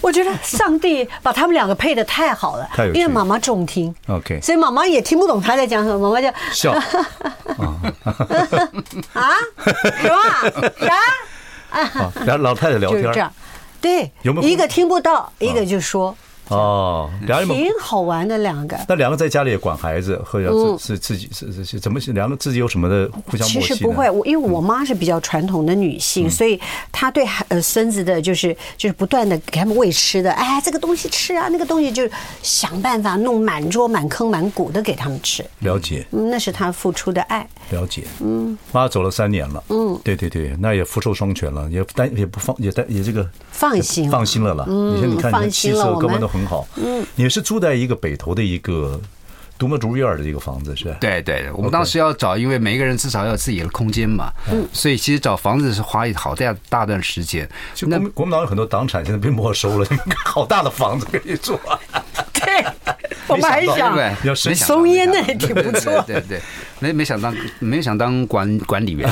Speaker 2: 我觉得上帝把他们两个配的太好了
Speaker 1: 太有，趣
Speaker 2: 因为妈妈重听
Speaker 1: OK
Speaker 2: 所以妈妈也听不懂他在讲什么，妈妈就
Speaker 1: 笑。
Speaker 2: 啊什么 啥，
Speaker 1: 啊然后老太太聊
Speaker 2: 就是
Speaker 1: 天
Speaker 2: 这
Speaker 1: 儿
Speaker 2: 样，对
Speaker 1: 有没，有
Speaker 2: 一个听不到，一个就说，
Speaker 1: 哦，然后你们
Speaker 2: 挺好玩的两个。
Speaker 1: 那两个在家里也管孩子，和
Speaker 2: 嗯
Speaker 1: 是是自己是是是怎么是两个自己有什么的嗯互相
Speaker 2: 其
Speaker 1: 默
Speaker 2: 实
Speaker 1: 契
Speaker 2: 不
Speaker 1: 呢？
Speaker 2: 会，我因为我妈是比较传统的女性，所以她对孩呃孙子的就是就是不断的给他们喂吃的，哎，这个东西吃啊，那个东西就是想办法弄满桌满坑满谷的给他们吃，
Speaker 1: 了解
Speaker 2: 嗯那是她付出 的爱。
Speaker 1: 了解，嗯，妈走了三年了，嗯，对对对，那也福寿双全了，也担也不放也担也这个
Speaker 2: 放心了
Speaker 1: 放心了了。
Speaker 2: 嗯
Speaker 1: 你看你看你
Speaker 2: 放
Speaker 1: 的
Speaker 2: 心
Speaker 1: 气
Speaker 2: 了
Speaker 1: 色
Speaker 2: 我
Speaker 1: 各
Speaker 2: 们
Speaker 1: 方都很好，嗯，你是住在一个北头的一个独门独院儿的一个房子是吧？
Speaker 3: 对对，我们当时要找，因为每一个人至少要有自己的空间嘛，
Speaker 1: 嗯
Speaker 3: 所以其实找房子是花一好大大段时间。
Speaker 1: 就国民国民党有很多党产现在被没收了， 好大的房子可以住啊。
Speaker 2: 对，我们还
Speaker 1: 没想
Speaker 3: 对
Speaker 2: 想
Speaker 3: 不对？
Speaker 1: 要生
Speaker 3: 没想到
Speaker 2: 松烟
Speaker 3: 没
Speaker 2: 那
Speaker 3: 想
Speaker 2: 也
Speaker 3: 到
Speaker 2: 挺不错。
Speaker 3: 对对对，没没想当没想当管 管理员。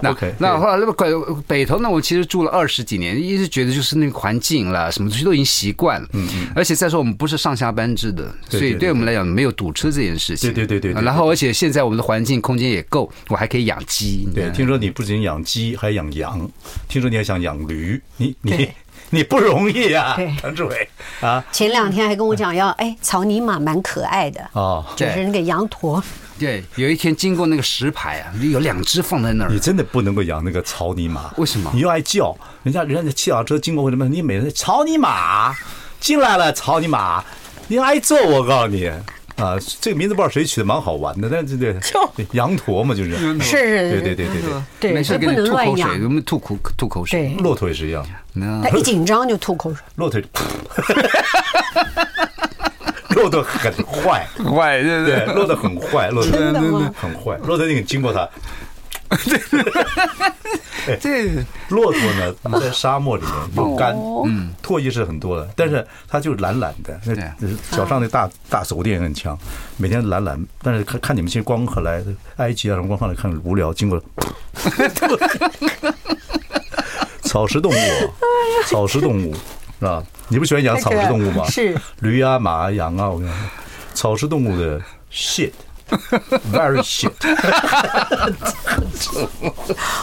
Speaker 3: 那
Speaker 1: OK，
Speaker 3: 那后来那个北北头呢，我其实住了二十几年，一直觉得就是那个环境啦，什么东西都已经习惯了。嗯嗯。而且再说我们不是上下班制的，
Speaker 1: 对
Speaker 3: 所以
Speaker 1: 对
Speaker 3: 对我们来讲没有堵车这件事情。
Speaker 1: 对对对对对
Speaker 3: 然后而且现在我们的环境空间也够，我还可以养鸡。你
Speaker 1: 对，
Speaker 3: 看
Speaker 1: 听说你不仅养鸡，还养羊，听说你还想养驴，你你 你不容易啊
Speaker 2: 对，
Speaker 1: 谭志伟啊
Speaker 2: 前两天还跟我讲要，哎，草泥马蛮可爱的，
Speaker 1: 哦，
Speaker 2: 就是那个羊驼，
Speaker 3: 对，有一天经过那个石牌啊，有两只放在那儿
Speaker 1: 你。真的不能够养那个草泥马，
Speaker 3: 为什么
Speaker 1: 你又爱叫人家，人家骑小车经过或者什么，你每天草泥马进来了，草泥马，你挨揍，我告诉你，啊，这个名字不知道谁取的，蛮好玩的，但是对对，羊驼嘛就是，
Speaker 2: 是
Speaker 1: 嗯对对对对对，
Speaker 2: 对
Speaker 3: 没事
Speaker 2: 所以
Speaker 3: 给
Speaker 2: 不
Speaker 3: 你
Speaker 2: 能
Speaker 3: 吐
Speaker 2: 乱
Speaker 3: 口水，
Speaker 2: 养
Speaker 3: 我们吐口吐口水。
Speaker 2: 对，
Speaker 1: 骆驼也是一样，
Speaker 3: 嗯
Speaker 1: 啊
Speaker 2: 他一紧张就吐口水。
Speaker 1: 骆驼， 骆驼很坏，
Speaker 3: 坏，对
Speaker 1: 对，骆驼很坏，骆驼
Speaker 2: 真的吗
Speaker 1: 很坏，骆驼你经过它，
Speaker 3: 这
Speaker 1: 骆驼呢，在沙漠里面又干，
Speaker 2: 哦
Speaker 1: 嗯，唾液是很多的，但是它就懒懒的，那
Speaker 3: 对
Speaker 1: 呃脚上那大大手电也很强，每天懒懒，但是看看你们这些光客来埃及啊什么光客来看无聊，经过了，草食动物
Speaker 2: 哎
Speaker 1: 啊，草食动物是吧？你不喜欢养草食动物吗？
Speaker 2: 是
Speaker 1: 驴啊、马啊、羊啊，我跟你讲，草食动物的 shit。Very shit，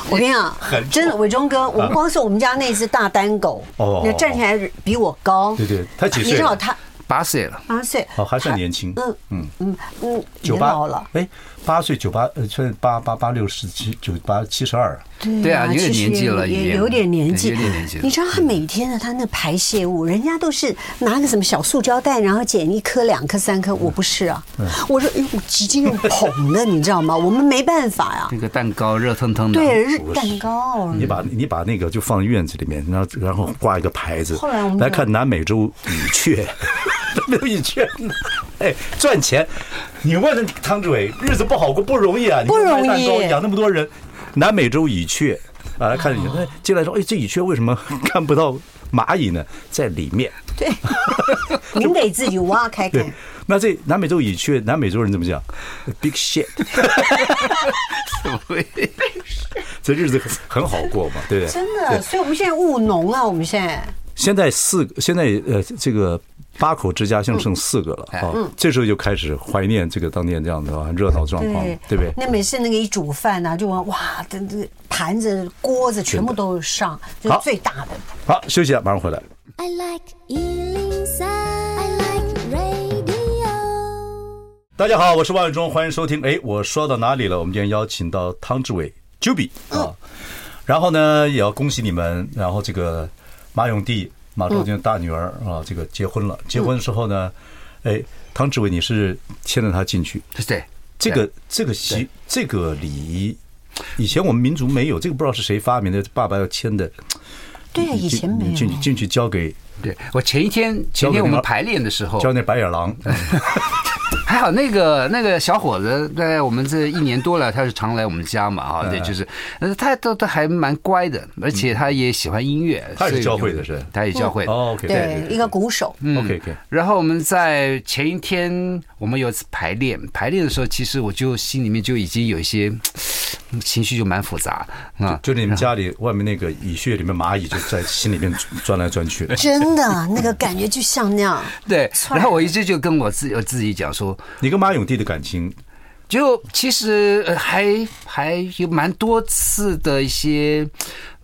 Speaker 2: 我跟你 讲，真的，伟忠哥，我光是我们家那只大单狗，
Speaker 1: 啊哦
Speaker 2: 那站起来比我高，
Speaker 1: 对对它几岁
Speaker 2: 你知道
Speaker 1: 了
Speaker 2: 它
Speaker 3: 八岁了，
Speaker 2: 八岁，
Speaker 1: 哦，还算年轻。
Speaker 2: 嗯嗯嗯嗯，
Speaker 1: 九
Speaker 2: 也
Speaker 1: 八
Speaker 2: 老了，，
Speaker 1: 哎，八岁九八呃，现在八八八六十七九八七十二，
Speaker 2: 对
Speaker 3: 对
Speaker 2: 啊
Speaker 3: 啊，有
Speaker 2: 其
Speaker 3: 点
Speaker 2: 实
Speaker 3: 年纪了已
Speaker 2: 也
Speaker 3: 经
Speaker 2: 有点年纪，
Speaker 3: 有点年纪了
Speaker 2: 你知道他每天啊的他那排泄物，人家都是拿个什么小塑胶袋，然后捡一颗、两颗、三颗，我不是啊，
Speaker 1: 嗯
Speaker 2: 我说哎呦我直接用捧的，你知道吗？我们没办法 呀，
Speaker 3: 那个蛋糕热腾腾的，
Speaker 2: 对， 日蛋糕，
Speaker 1: 啊
Speaker 2: 啊
Speaker 1: 你把你把那个就放院子里面，然后然后挂一个牌子。
Speaker 2: 后来我们
Speaker 1: 来
Speaker 2: 就
Speaker 1: 看南美洲蚁雀， 没有蚁雀呢，哎，赚钱。你问问汤志伟，日子不好过不容易啊，你
Speaker 2: 不容易
Speaker 1: 卖蛋糕养那么多人，南美洲蚁雀啊，来看你，
Speaker 2: 哦
Speaker 1: 哎进来说，哎，这蚁雀为什么 看不到蚂蚁呢？在里面。
Speaker 2: 对，您得自己挖开看
Speaker 1: 对。，那这南美洲蚁雀，南美洲人怎么讲？Big shit。这日子很好过嘛，对不对？
Speaker 2: 真的，所以我们现在务农啊，我们现在
Speaker 1: 现在四个，现在呃，这个八口之家现在剩四个了
Speaker 2: 嗯
Speaker 1: 啊、这时候就开始怀念这个当年这样的啊热闹状况，对不对？
Speaker 2: 那每次那个一煮饭呢、就往哇，这这盘子、锅子全部都上，这是
Speaker 1: 好
Speaker 2: 最大的。
Speaker 1: 好，休息一下，马上回来。
Speaker 4: I like Ealing Sound. I like radio.
Speaker 1: 大家好，我是万永忠，欢迎收听。哎，我说到哪里了？我们今天邀请到汤志伟 Juby
Speaker 2: 嗯
Speaker 1: 啊，然后呢，也要恭喜你们。然后这个马永娣、马昭君的大女儿啊，这个结婚了。结婚之后呢，哎，汤志伟，你是牵着她进去，
Speaker 3: 对，
Speaker 1: 这个这个习这个礼仪，以前我们民族没有，这个不知道是谁发明的，爸爸要签的。
Speaker 2: 对啊，
Speaker 1: 你
Speaker 2: 以前没
Speaker 1: 你进去
Speaker 2: 有。
Speaker 1: 进去交给
Speaker 3: 对我前一天
Speaker 1: 交
Speaker 3: 前一
Speaker 1: 给
Speaker 3: 天我
Speaker 1: 那
Speaker 3: 们
Speaker 1: 个
Speaker 3: 排练的时候，
Speaker 1: 交那白眼狼，
Speaker 3: 嗯还好那个那个小伙子，大概我们这一年多了，他是常来我们家嘛，
Speaker 1: 嗯
Speaker 3: 啊，对，就是，呃，他都都还蛮乖的，而且他也喜欢音乐，
Speaker 1: 他也是
Speaker 3: 所以
Speaker 1: 教会
Speaker 3: 就
Speaker 1: 的是
Speaker 3: 他也教会的，
Speaker 1: 哦，OK，
Speaker 2: 对，一个鼓手，
Speaker 3: 嗯
Speaker 1: ，OK OK，
Speaker 3: 然后我们在前一天，我们有一次排练，排练的时候，其实我就心里面就已经有一些情绪，就蛮复杂啊。
Speaker 1: 就你们家里外面那个蚁穴里面蚂蚁就在心里面钻钻来钻 去的。
Speaker 2: 真的那个感觉就像那样。
Speaker 3: 对，
Speaker 2: 窜
Speaker 3: 然后我一直就跟我自我自己讲说，
Speaker 1: 你跟马永娣的感情，
Speaker 3: 就其实呃还还有蛮多次的一些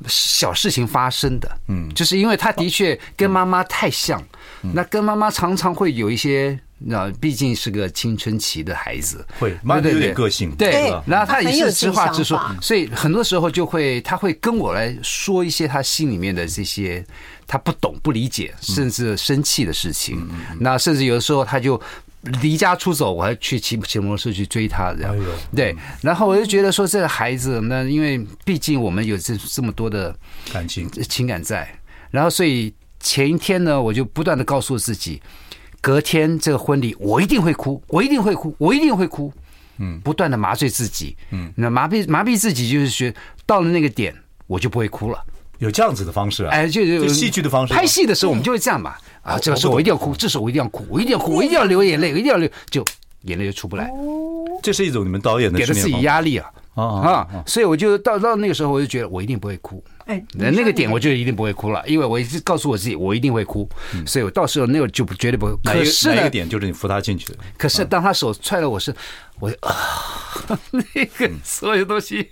Speaker 3: 小事情发生的，嗯，就是因为他的确跟妈妈太像，
Speaker 1: 嗯
Speaker 3: 那跟妈妈常常会有一些。那毕竟是个青春期的孩子，
Speaker 1: 会妈咪
Speaker 3: 对对
Speaker 1: 有点
Speaker 3: 对
Speaker 1: 个性
Speaker 2: 对
Speaker 3: 对，然后他也
Speaker 2: 很有
Speaker 3: 是
Speaker 2: 自己
Speaker 3: 直话直
Speaker 2: 想
Speaker 3: 说
Speaker 1: 嗯
Speaker 2: 法，
Speaker 3: 所以很多时候就会他会跟我来说一些他心里面的这些他不懂、不理解，甚至生气的事
Speaker 1: 嗯
Speaker 3: 情。那甚至有的时候他就。离家出走，我还去骑骑摩托车去追他，这样
Speaker 1: 哎呦
Speaker 3: 对。然后我就觉得说，这个孩子，那因为毕竟我们有这这么多的
Speaker 1: 感情
Speaker 3: 情感在。然后所以前一天呢，我就不断的告诉自己，隔天这个婚礼我一定会哭，我一定会哭，我一定会哭。嗯，不断的麻醉自己，嗯，那麻痹麻痹自己就是学到了那个点，我就不会哭了。
Speaker 1: 有这样子的方式啊，
Speaker 3: 哎，就
Speaker 1: 这戏剧的方式吗，啊
Speaker 3: 拍戏的时候我们就会这样嘛。啊，这个时候我一定要哭，这时候我一定要哭，我一定要哭，我一定要流眼泪，我一定要流，就眼泪就出不来。
Speaker 1: 这是一种你们导演的
Speaker 3: 给了
Speaker 1: 训
Speaker 3: 自
Speaker 1: 练
Speaker 3: 己
Speaker 1: 方法。
Speaker 3: 压力啊
Speaker 1: 啊啊
Speaker 3: 啊！所以我就到到那个时候，我就觉得我一定不会哭。
Speaker 2: 哎
Speaker 3: 那那个点我就一定不会哭了，因为我一直告诉我自己，我一定会哭，所以我到时候那个就不绝对不会。
Speaker 1: 嗯哪一
Speaker 3: 可
Speaker 1: 个
Speaker 3: 是
Speaker 1: 哪一个
Speaker 3: 呢，
Speaker 1: 点啊就是你扶他进去的？
Speaker 3: 可是当他手踹了我是，我就啊， 那
Speaker 1: 嗯
Speaker 3: 个所有东西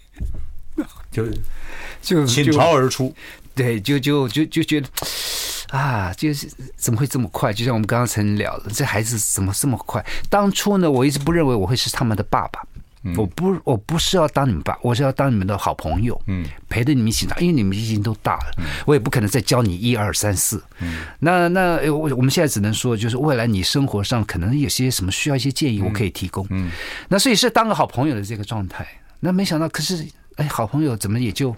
Speaker 1: 就
Speaker 3: 就
Speaker 1: 倾
Speaker 3: 嗯就
Speaker 1: 巢而出。
Speaker 3: 对，就就就就觉得。啊，就是怎么会这么快？就像我们刚刚曾聊的，这孩子怎么这么快？当初呢，我一直不认为我会是他们的爸爸，我不我不是要当你们爸，我是要当你们的好朋友，嗯，陪着你们一起长，因为你们已经都大了，我也不可能再教你一二三四，嗯，那那呃我我们现在只能说，就是未来你生活上可能有些什么需要一些建议，我可以提供，嗯，那所以是当个好朋友的这个状态，那没想到，可是哎，好朋友怎么也就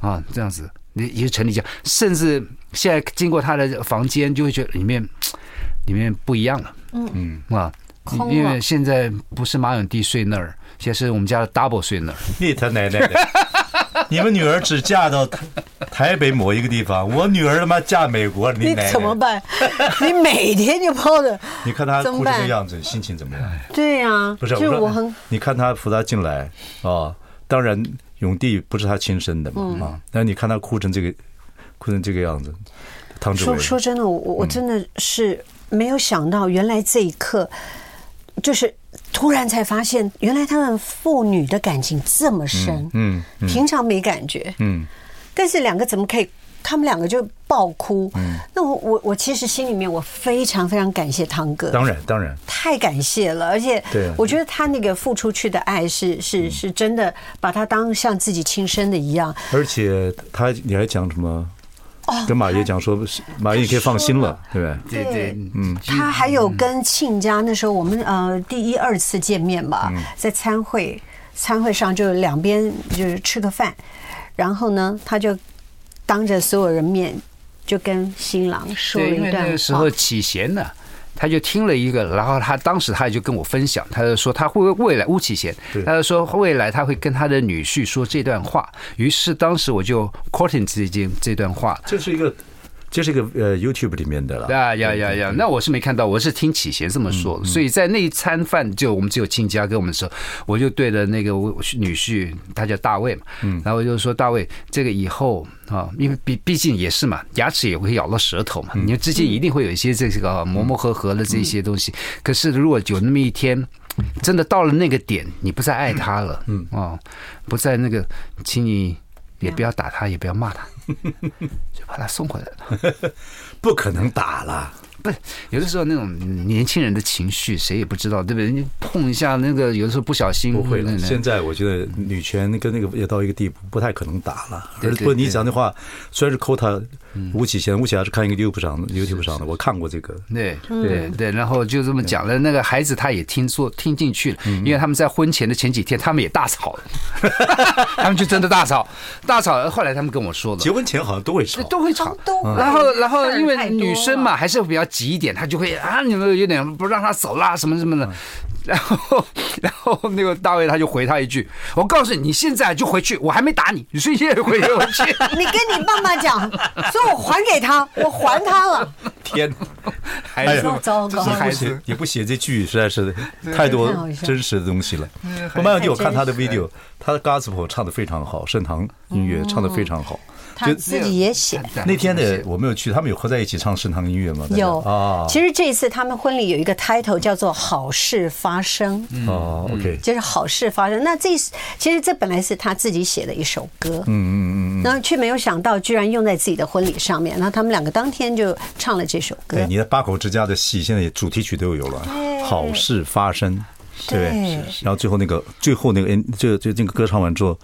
Speaker 3: 啊这样子，也也就成立这样，甚至现在经过他的房间，就会觉得里面里面不一样了，嗯嗯啊。
Speaker 2: 空了
Speaker 3: 因为现在不是马永弟睡那儿，现在是我们家的 double 睡那儿。
Speaker 1: 你他奶奶 的！你们女儿只嫁到台北某一个地方，我女儿他妈嫁美国，你
Speaker 2: 你
Speaker 1: 奶奶
Speaker 2: 怎么？办？ 你每天就抱着，
Speaker 1: 你看她
Speaker 2: 怎么
Speaker 1: 哭成这
Speaker 2: 办
Speaker 1: 个样子，心情怎么样？
Speaker 2: 对呀、啊，
Speaker 1: 不是，
Speaker 2: 就是
Speaker 1: 我
Speaker 2: 我
Speaker 1: 说
Speaker 2: 很，
Speaker 1: 你看他扶他进来啊，当然永帝不是他亲生的
Speaker 2: 嗯
Speaker 1: 嘛啊，但是你看他哭成这个，哭成这个样子，汤志
Speaker 2: 说
Speaker 1: 伟，
Speaker 2: 说真的，我我
Speaker 1: 嗯
Speaker 2: 我真的是没有想到，原来这一刻，就是突然才发现，原来他们父女的感情这么深，
Speaker 1: 嗯
Speaker 2: 平常没感觉，
Speaker 1: 嗯，
Speaker 2: 但是两个怎么可以？他们两个就爆哭，
Speaker 1: 嗯
Speaker 2: 那我我我其实心里面我非常非常感谢汤哥，
Speaker 1: 当然当然，
Speaker 2: 太感谢了，而且
Speaker 1: 对啊嗯
Speaker 2: 我觉得他那个付出去的爱是是是真的，把他当像自己亲生的一样。
Speaker 1: 而且他你还讲什么？
Speaker 2: 哦
Speaker 1: 跟马爷讲说，马爷你可以放心了，对不对？
Speaker 3: 对对，嗯，
Speaker 2: 他还有跟亲家那时候我们呃第一二次见面吧，
Speaker 3: 嗯
Speaker 2: 在餐会餐会上就两边就是吃个饭，然后呢他就当着所有人面就跟新郎说了
Speaker 3: 对，因
Speaker 2: 一
Speaker 3: 为
Speaker 2: 段
Speaker 3: 那
Speaker 2: 话
Speaker 3: 个时候启贤呢，他就听了一个，然后他当时他就跟我分享，他就说他会未来巫启贤
Speaker 1: 对，
Speaker 3: 他就说未来他会跟他的女婿说这段话。于是当时我就 quoting 这件这段话。
Speaker 1: 这是一个，这是一个呃 YouTube 里面的了。
Speaker 3: 啊呀呀呀！那我是没看到，我是听启贤这么说的，所以在那一餐饭就我们只有亲家跟我们说，我就对着那个我女婿，他叫大卫嘛，然后我就说大卫，这个以后啊，因为毕毕竟也是嘛，牙齿也会咬到舌头嘛，你们之间一定会有一些这个啊磨磨合合的这些东西。可是如果有那么一天，真的到了那个点，你不再爱他了，嗯哦，不再那个，请你也不要打他，也不要 骂他，就把他送回来了。
Speaker 1: 不可能打了，
Speaker 3: 不是，有的时候那种年轻人的情绪，谁也不知道，对不对？你碰一下那个，有的时候不小心
Speaker 1: 不会
Speaker 2: 嗯
Speaker 1: 了。
Speaker 3: 那
Speaker 1: 现在我觉得女权跟那个也到一个地步，不太可能打了。
Speaker 3: 对
Speaker 1: 而
Speaker 3: 对
Speaker 1: 不，你
Speaker 3: 对
Speaker 1: 讲的话虽然是抠他，
Speaker 2: 嗯
Speaker 1: 吴启贤，吴启贤是看一个 YouTube 上的 YouTube 上的，我看过这个。
Speaker 3: 对对对，然后就这么讲了。那个孩子他也听说听进去了，
Speaker 1: 嗯
Speaker 3: 因为他们在婚前的前几天，他们也大吵了， 他们就真的大吵，大吵。后来他们跟我说的
Speaker 1: 结，婚前好像都会吵
Speaker 3: 对，都会吵，嗯
Speaker 2: 都会
Speaker 3: 然后，
Speaker 2: 事儿
Speaker 3: 然后因
Speaker 2: 太多
Speaker 3: 为女生嘛，还是比较急一点，她就会啊，你们有点不让她走啦，什么什么的。 然后，然后那个大卫他就回他一句：“我告诉你，你现在就回去，我还没打你，你睡觉就回回 去。
Speaker 2: 你跟你爸妈 讲，说我还给他，我还他了。
Speaker 1: 天，
Speaker 3: 还
Speaker 1: 哎
Speaker 3: 是
Speaker 1: 呀
Speaker 2: 糟
Speaker 1: 也
Speaker 2: 糕
Speaker 3: 这是
Speaker 1: 不
Speaker 3: 孩
Speaker 1: 写
Speaker 3: 子。
Speaker 1: 也不写这句，实在是太多
Speaker 2: 太好笑
Speaker 1: 真实的东西了。我蛮有趣，我看他的
Speaker 2: 太真
Speaker 1: video，他的 gospel 唱的非常好，盛唐音乐唱的非常好。
Speaker 2: 哦他自己也写，
Speaker 1: 那天呢，我没有去，他们有合在一起唱盛唐音乐吗？大家
Speaker 2: 有
Speaker 1: 啊，
Speaker 2: 其实这一次他们婚礼有一个 title 叫做“好事发生”，
Speaker 1: 哦，OK，
Speaker 2: 就是好事发生。那这其实这本来是他自己写的一首歌，嗯嗯嗯，然后却没有想到居然用在自己的婚礼上面。然后他们两个当天就唱了这首歌
Speaker 1: 对，，你的八口之家的戏现在也主题曲都有了，好事发生。对不对
Speaker 2: 对是，
Speaker 1: 然后最后那个最后那个 N 就就那个歌唱完之后，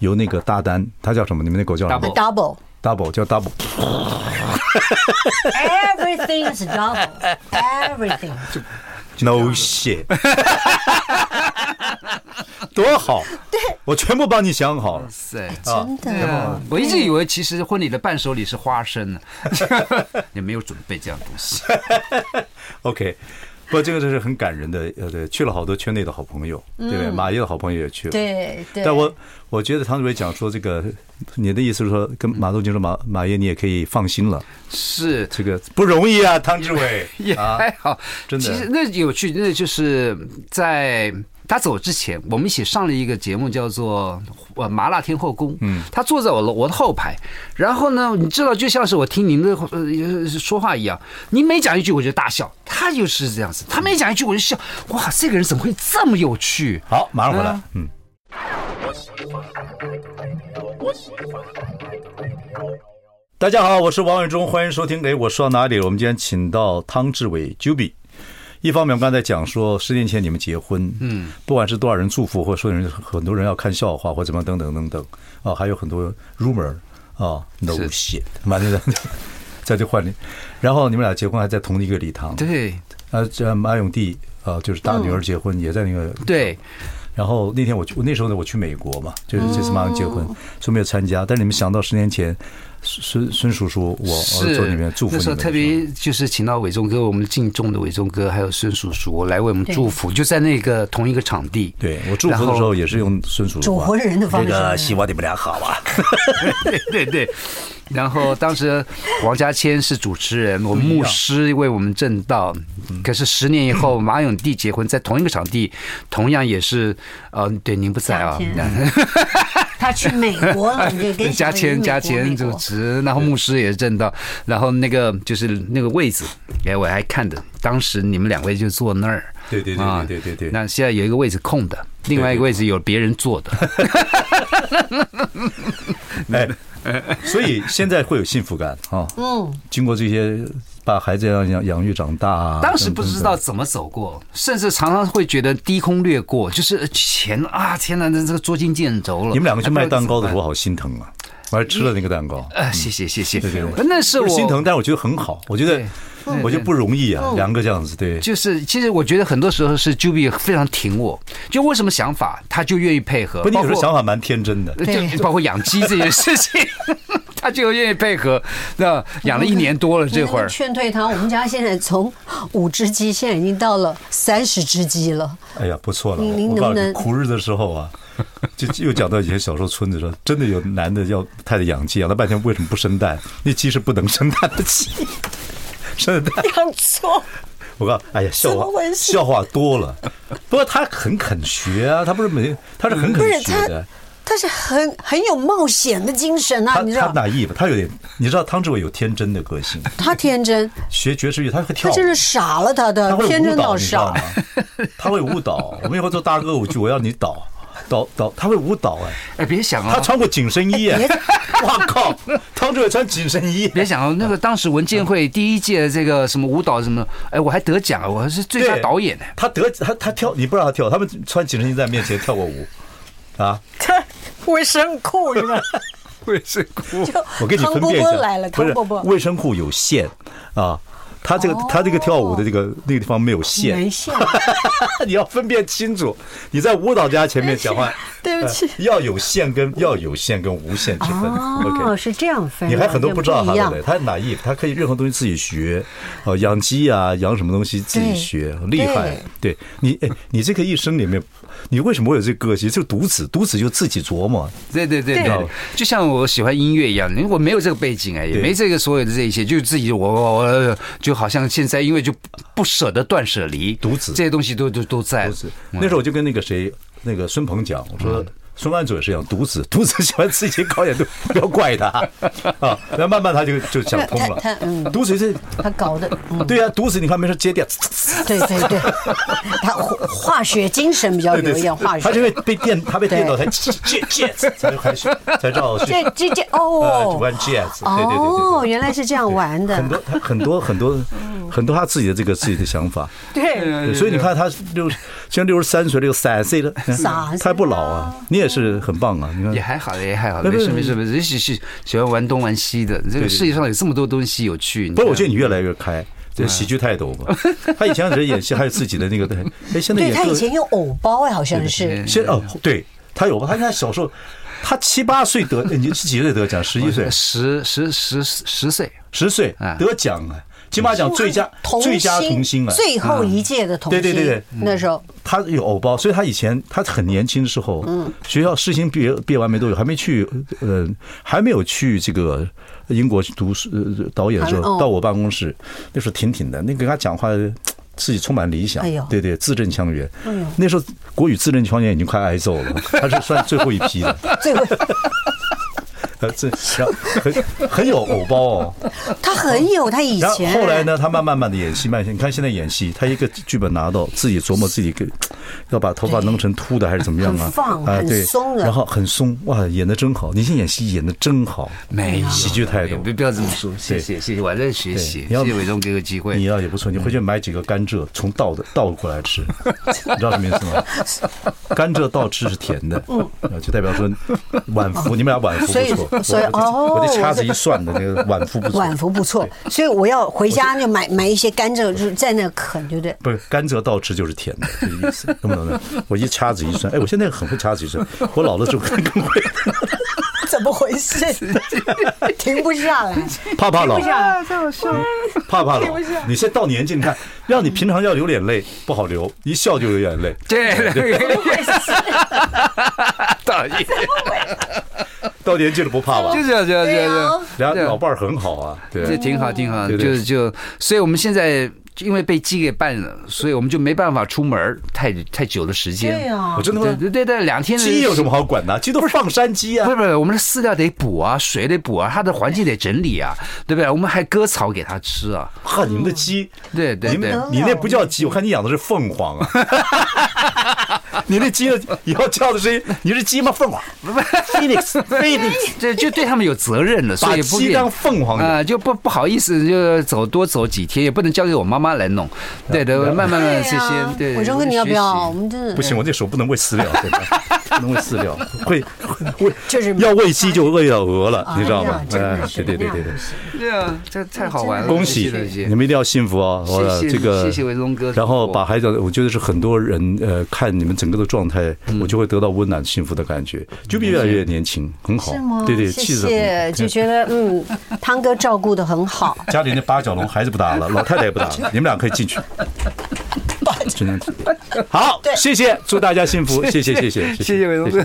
Speaker 1: 由那个大丹，他叫什么？你们那狗叫什么
Speaker 3: Double
Speaker 1: ？Double
Speaker 2: double。
Speaker 1: 叫 Double，
Speaker 2: Everything is double. Everything.
Speaker 1: No shit，多好！对，我全部帮你想好了。
Speaker 3: 对，
Speaker 2: 真的啊，
Speaker 3: 我一直以为其实婚礼的伴手礼是花生呢， 也没有准备这样东西。
Speaker 1: OK，不，这个真是很感人的，呃，对，去了好多圈内的好朋友，对不对？马爷的好朋友也去了。。
Speaker 2: 嗯对对。
Speaker 1: 但我我觉得唐主任讲说这个，你的意思是说跟马东军说马马爷你也可以放心了，
Speaker 3: 是，
Speaker 1: 这个不容易啊，唐志伟
Speaker 3: 也
Speaker 1: 啊，
Speaker 3: 还好，
Speaker 1: 真的
Speaker 3: 其实那有趣，那就是在他走之前，我们一起上了一个节目，叫做《呃麻辣天后宫》。嗯，他坐在我的我的后排，然后呢，你知道，就像是我听您的呃说话一样，你每讲一句我就大笑，他就是这样子，他每讲一句我就笑，哇，这个人怎么会这么有趣？
Speaker 1: 好，马上回来
Speaker 3: 啊，
Speaker 1: 嗯。大家好，我是王伟忠，欢迎收听。哎，我说到哪里了？我们今天请到汤志伟 Juby，一方面我们刚才讲说十年前你们结婚，嗯，不管是多少人祝福，或者说有人很多人要看笑话或怎么样等等等等啊，还有很多 rumor 啊，no
Speaker 3: 是
Speaker 1: shit，完了 再再就换你，然后你们俩结婚还在同一个礼堂，
Speaker 3: 对
Speaker 1: 呃，这马永娣啊，就是大女儿结婚也在那个
Speaker 3: 对，
Speaker 1: 然后那天我去，我那时候呢，我去美国嘛，就是这次马上结婚，所以没有参加。但是你们想到十年前，孙孙孙叔叔，我我
Speaker 3: 是
Speaker 1: 做里面祝福
Speaker 3: 那
Speaker 1: 你
Speaker 3: 时候
Speaker 1: 们的
Speaker 3: 特
Speaker 1: 时候，
Speaker 3: 别就是请到伟忠哥，我们敬重的伟忠哥，还有孙叔叔来为我们祝福，就在那个同一个场地。
Speaker 1: 对我祝福的时候也是用孙叔啊叔
Speaker 2: 主
Speaker 1: 话
Speaker 2: 活人的方式。
Speaker 1: 望你们俩好啊。
Speaker 3: 对 对对，然后当时王家千是主持人，我们牧师为我们正道。可是十年以后，马永娣结婚，在同一个场地，同样也是，呃，对，您不在啊
Speaker 2: 夏，他去美国了， 你就跟
Speaker 3: 加
Speaker 2: 小
Speaker 3: 千
Speaker 2: 姨
Speaker 3: 加
Speaker 2: 美
Speaker 3: 千
Speaker 2: 国
Speaker 3: 主持，然后牧师也正道，然后那个就是那个位置，哎，我还看的，当时你们两位就坐那儿。
Speaker 1: 对对对
Speaker 3: 啊
Speaker 1: 对对对对，
Speaker 3: 那现在有一个位置空的，另外一个位置有别人坐的。
Speaker 1: 哎，所以现在会有幸福感啊。嗯，经过这些把孩子养养养育长大啊，
Speaker 3: 当时不
Speaker 1: 等等
Speaker 3: 知道怎么走过，甚至常常会觉得低空掠过，就是钱啊，天哪，这这个捉襟见肘了。
Speaker 1: 你们两个去卖蛋糕的时
Speaker 3: 候，
Speaker 1: 候，我好心疼啊！我还吃了那个蛋糕，
Speaker 3: 呃，谢谢谢谢
Speaker 1: 对对，
Speaker 3: 那是
Speaker 1: 不
Speaker 3: 我
Speaker 1: 是心疼，但是我觉得很好，我觉得
Speaker 3: 对
Speaker 1: 我觉得不容易
Speaker 2: 哦
Speaker 1: 啊，两个这样子，对，
Speaker 3: 就是，其实我觉得很多时候是 Juby 非常挺我，就我有什么想法，他就愿意配合。
Speaker 1: 不，你有时候
Speaker 3: 包括呃
Speaker 1: 想法蛮天真的。
Speaker 3: 就包括养鸡这件事情， 他就愿意配合。那养了一年多了，这会
Speaker 2: 你
Speaker 3: 儿
Speaker 2: 劝退他，我们家现在从五只鸡，现在已经到了三十只鸡了。
Speaker 1: 哎呀，不错了！
Speaker 2: 您您
Speaker 1: 我告诉
Speaker 2: 能
Speaker 1: 你，
Speaker 2: 不能
Speaker 1: 苦日的时候啊，就又讲到以前小时候村子说， 真的有男的要太太养鸡，养了啊半天为什么不生蛋？那鸡是不能生蛋的鸡， 生的蛋。
Speaker 2: 养错，
Speaker 1: 我告诉你，哎呀，笑
Speaker 2: 怎
Speaker 1: 话
Speaker 2: 么回事
Speaker 1: 笑话多了。不过他很肯学啊，他不是没，他是很
Speaker 2: 不
Speaker 1: 肯
Speaker 2: 是
Speaker 1: 学
Speaker 2: 他
Speaker 1: 的。，
Speaker 2: 他是很很有冒险的精神啊，
Speaker 1: 他
Speaker 2: 你知
Speaker 1: 他
Speaker 2: 道，
Speaker 1: 哪意吧？他有点，你知道汤志伟有天真的个性，
Speaker 2: 他天真，
Speaker 1: 学爵士乐他会跳舞，
Speaker 2: 他真是傻了，他
Speaker 1: 他
Speaker 2: 的
Speaker 1: 会
Speaker 2: 天
Speaker 1: 舞
Speaker 2: 真
Speaker 1: 蹈，
Speaker 2: 到
Speaker 1: 你知道
Speaker 2: 傻
Speaker 1: 吗。？ 他会舞蹈。我们以后做大歌舞剧，我要你导导导，他会舞蹈哎。
Speaker 3: 哎，别想啊，
Speaker 1: 他穿过紧身衣哎， 哇靠！汤志伟穿紧身衣，
Speaker 3: 别想哦，那个当时文建会第一届这个什么舞蹈什么，哎，我还得奖啊，我还是最佳
Speaker 1: 对
Speaker 3: 导演呢。
Speaker 1: 他得他他跳，你不知道他跳，他们穿紧身衣在面前跳过 舞啊！
Speaker 2: 他卫生 裤是吧？
Speaker 3: 卫生裤
Speaker 2: 就
Speaker 1: 我给你
Speaker 2: 汤
Speaker 1: 分
Speaker 2: 伯
Speaker 1: 辨一
Speaker 2: 伯
Speaker 1: 下，
Speaker 2: 来了，
Speaker 1: 不
Speaker 2: 汤
Speaker 1: 是
Speaker 2: 伯伯哦
Speaker 1: 卫生裤有线啊。他这个他这个跳舞的这个那个地方没有线
Speaker 2: 没， 线，
Speaker 1: 你要分辨清楚。你在舞蹈家前面讲 话，
Speaker 2: 对不起
Speaker 1: 呃要有线跟要有线跟无线之分。OK
Speaker 2: 哦，是这样分啊，
Speaker 1: 你还很多不知道
Speaker 2: 这
Speaker 1: 他的
Speaker 2: 一样
Speaker 1: 嘞，。他哪一他可以任何东西自己学，哦，养鸡啊，养什么东西自己学，厉害。对你，哎，你这个一生里面，你为什么会有这个个性？就独子，独子就自己琢磨。
Speaker 3: 对对对
Speaker 1: 对
Speaker 3: 对，就像我喜欢音乐一样，因为我没有这个背景哎，也
Speaker 1: 对
Speaker 3: 没这个所有的这一切，就自己我我我就好像现在因为就不舍得断舍离，
Speaker 1: 独子
Speaker 3: 这些东西都都都在
Speaker 1: 独子，
Speaker 3: 嗯
Speaker 1: 那时候我就跟那个谁，那个孙鹏讲，我说。孙安准是讲独子，独子喜欢自己搞点东，不要怪他啊。然后慢慢他就就想通了
Speaker 2: 他他嗯。
Speaker 1: 独子是，
Speaker 2: 他搞的，嗯，
Speaker 1: 对啊，独子你看没事接电，
Speaker 2: 对对 对，他化化学精神比较
Speaker 1: 对对
Speaker 2: 有一点
Speaker 1: 对，
Speaker 2: 化
Speaker 1: 他就
Speaker 2: 学。
Speaker 1: 会被电，他被电到才接接才开始才知道是
Speaker 2: 这这这
Speaker 1: 呃，
Speaker 2: 哦
Speaker 1: 玩 jazz，对对对对
Speaker 2: 哦，
Speaker 1: 对。
Speaker 2: 原来是嗯这样玩的
Speaker 1: 很，多他很多很多很多他自己的这个自己的想法，
Speaker 2: 对，
Speaker 1: 对所以你看他六现在六十三岁，这个三岁了，
Speaker 2: 傻
Speaker 1: 他还不老啊，你也是很棒啊，你
Speaker 3: 也
Speaker 1: 看
Speaker 3: 还好也还好，
Speaker 1: 那
Speaker 3: 没
Speaker 1: 不是
Speaker 3: 事没事没事，也许是喜欢玩东玩西的，这
Speaker 1: 对
Speaker 3: 个世界上有这么多东西有趣。
Speaker 1: 不是，我觉得你
Speaker 3: 得
Speaker 1: 越来越开，这喜剧态度嘛，他以前只是演戏，还有自己的那个，哎，现在
Speaker 2: 对
Speaker 1: 也
Speaker 2: 他以
Speaker 1: 各
Speaker 2: 前有偶包哎，好像是
Speaker 3: 对
Speaker 1: 现哦，对他有吧，他他小时候。他七八岁得，哎你是几岁得奖？十一岁，
Speaker 3: 十十十十岁，
Speaker 1: 十岁
Speaker 3: 啊
Speaker 1: 得奖啊！金马奖最佳
Speaker 2: 童
Speaker 1: 最佳童星啊！
Speaker 2: 最后一届的童
Speaker 1: 对
Speaker 2: 星，
Speaker 1: 对对对
Speaker 2: 那时候
Speaker 1: 他有偶包，所以他以前他很年轻的时候，
Speaker 2: 嗯
Speaker 1: 学校事情毕业毕业完没多久，还没去，呃，还没有去这个英国去读书、呃、导演的时
Speaker 2: 还没
Speaker 1: 候，
Speaker 2: 哦
Speaker 1: 到我办公室，那时候挺挺的，那跟他讲话。嘖自己充满理想
Speaker 2: 哎呦，哎
Speaker 1: 对对，字正腔圆。那时候国语字正腔圆已经快挨揍了，他是算最后一批的，
Speaker 2: 最后
Speaker 1: 呃，这然后很很有偶包哦。
Speaker 2: 他很有他以
Speaker 1: 然后
Speaker 2: 前。
Speaker 1: 后来？呢，他慢慢慢的演戏，慢慢地演戏你看现在演戏，他一个剧本拿到，自己琢磨自己给，要把头发弄成秃的还是怎么样啊？
Speaker 2: 很放
Speaker 1: 啊，
Speaker 2: 很
Speaker 1: 对
Speaker 2: 松的
Speaker 1: 然后很松，哇，演的真好，你现在演戏演的真好，
Speaker 3: 没有
Speaker 1: 喜剧态度
Speaker 3: 哎不不要这么说，谢谢谢谢，我还在学习，
Speaker 1: 你要
Speaker 3: 谢谢伟忠给我机
Speaker 1: 你
Speaker 3: 会。
Speaker 1: 要也不错，你回去买几个甘蔗，从倒的倒过来 吃，你知道什么意思吗？甘蔗倒吃是甜的，嗯，就代表说晚福，你们俩晚福
Speaker 2: 所以
Speaker 1: 不错，
Speaker 2: 所以
Speaker 1: 我就
Speaker 2: 哦
Speaker 1: 我就掐指一算的那个晚福不错，
Speaker 2: 晚福不错，所以我要回家就买买一些甘蔗，就是在那啃，对不对？
Speaker 1: 不是甘蔗倒吃就是甜的，这个意思，懂不懂呢？我一掐指一算，哎，我现在很会掐指一算， 我老了之后更更会，
Speaker 2: 怎么回 事？停不下来，
Speaker 1: 怕怕老
Speaker 2: 不，下来。
Speaker 1: 怕怕老。你现在到年纪，你看，让你平常要流眼泪不好流，一笑就流眼泪。
Speaker 3: 对， 讨厌，
Speaker 1: 到年纪了不怕吧
Speaker 3: 就？这样，就这样，就这
Speaker 2: 啊
Speaker 3: 样。
Speaker 1: 俩老伴儿很好啊，
Speaker 3: 这
Speaker 1: 对，
Speaker 3: 挺好，挺好，
Speaker 1: 对
Speaker 3: 就
Speaker 1: 对
Speaker 3: 是就，所以我们现在因为被鸡给办了，所以我们就没办法出门儿太太久的时间。
Speaker 2: 对啊
Speaker 1: 我真的
Speaker 3: 对
Speaker 1: 吗？
Speaker 3: 对对对，两天的
Speaker 1: 鸡有什么好管的？鸡都是放山鸡
Speaker 3: 不
Speaker 1: 啊
Speaker 3: 是。不是，我们的饲料得补啊，水得补啊，它的环境得整理啊，对不对？我们还割草给它吃啊，
Speaker 1: 哈，你们的鸡，
Speaker 3: 对对
Speaker 1: 你
Speaker 3: 对
Speaker 1: 们，你那不叫鸡，我看你养的是凤凰 啊。你那鸡的以后叫的是你是鸡吗？凤 凰，Phoenix Phoenix，
Speaker 3: 这就对他们有责任了，所
Speaker 1: 把
Speaker 3: 以不
Speaker 1: 鸡当凤凰
Speaker 3: 啊、
Speaker 1: 养。
Speaker 3: 就不不好意思，就走多走几天，也不能交给我妈妈来弄，
Speaker 1: 啊
Speaker 3: 对的，慢慢慢慢这些，对，
Speaker 2: 伟忠哥，你要不要？我们真的
Speaker 1: 不行，我那手不能喂饲料，真的不能喂饲料，会会
Speaker 2: 就是
Speaker 1: 要喂鸡就喂到鹅了，你知道吗
Speaker 2: 哎呀？真
Speaker 1: 哎
Speaker 2: 的，是
Speaker 1: 对对对
Speaker 2: 那
Speaker 1: 对
Speaker 2: 样
Speaker 1: 对
Speaker 2: 不，行
Speaker 3: 对啊，这太好玩了，
Speaker 1: 恭喜
Speaker 3: 谢谢
Speaker 1: 你们一定要幸福啊！我
Speaker 3: 谢
Speaker 1: 这
Speaker 3: 谢
Speaker 1: 个
Speaker 3: 谢谢维宗哥
Speaker 1: 然后把孩子，我觉得是很多人呃看你们整个的状态，
Speaker 2: 嗯
Speaker 1: 我就会得到温暖幸福的感觉，就越来越年轻，很好
Speaker 2: 是吗？，
Speaker 1: 对对，气
Speaker 2: 谢
Speaker 1: 质很好
Speaker 2: 谢，就觉得嗯，汤哥照顾的很好。
Speaker 1: 家里那八角笼孩子不打了，老太太也不打 了，你们俩可以进去。真的好，谢谢，祝大家幸福，谢谢谢谢
Speaker 3: 谢谢维宗哥。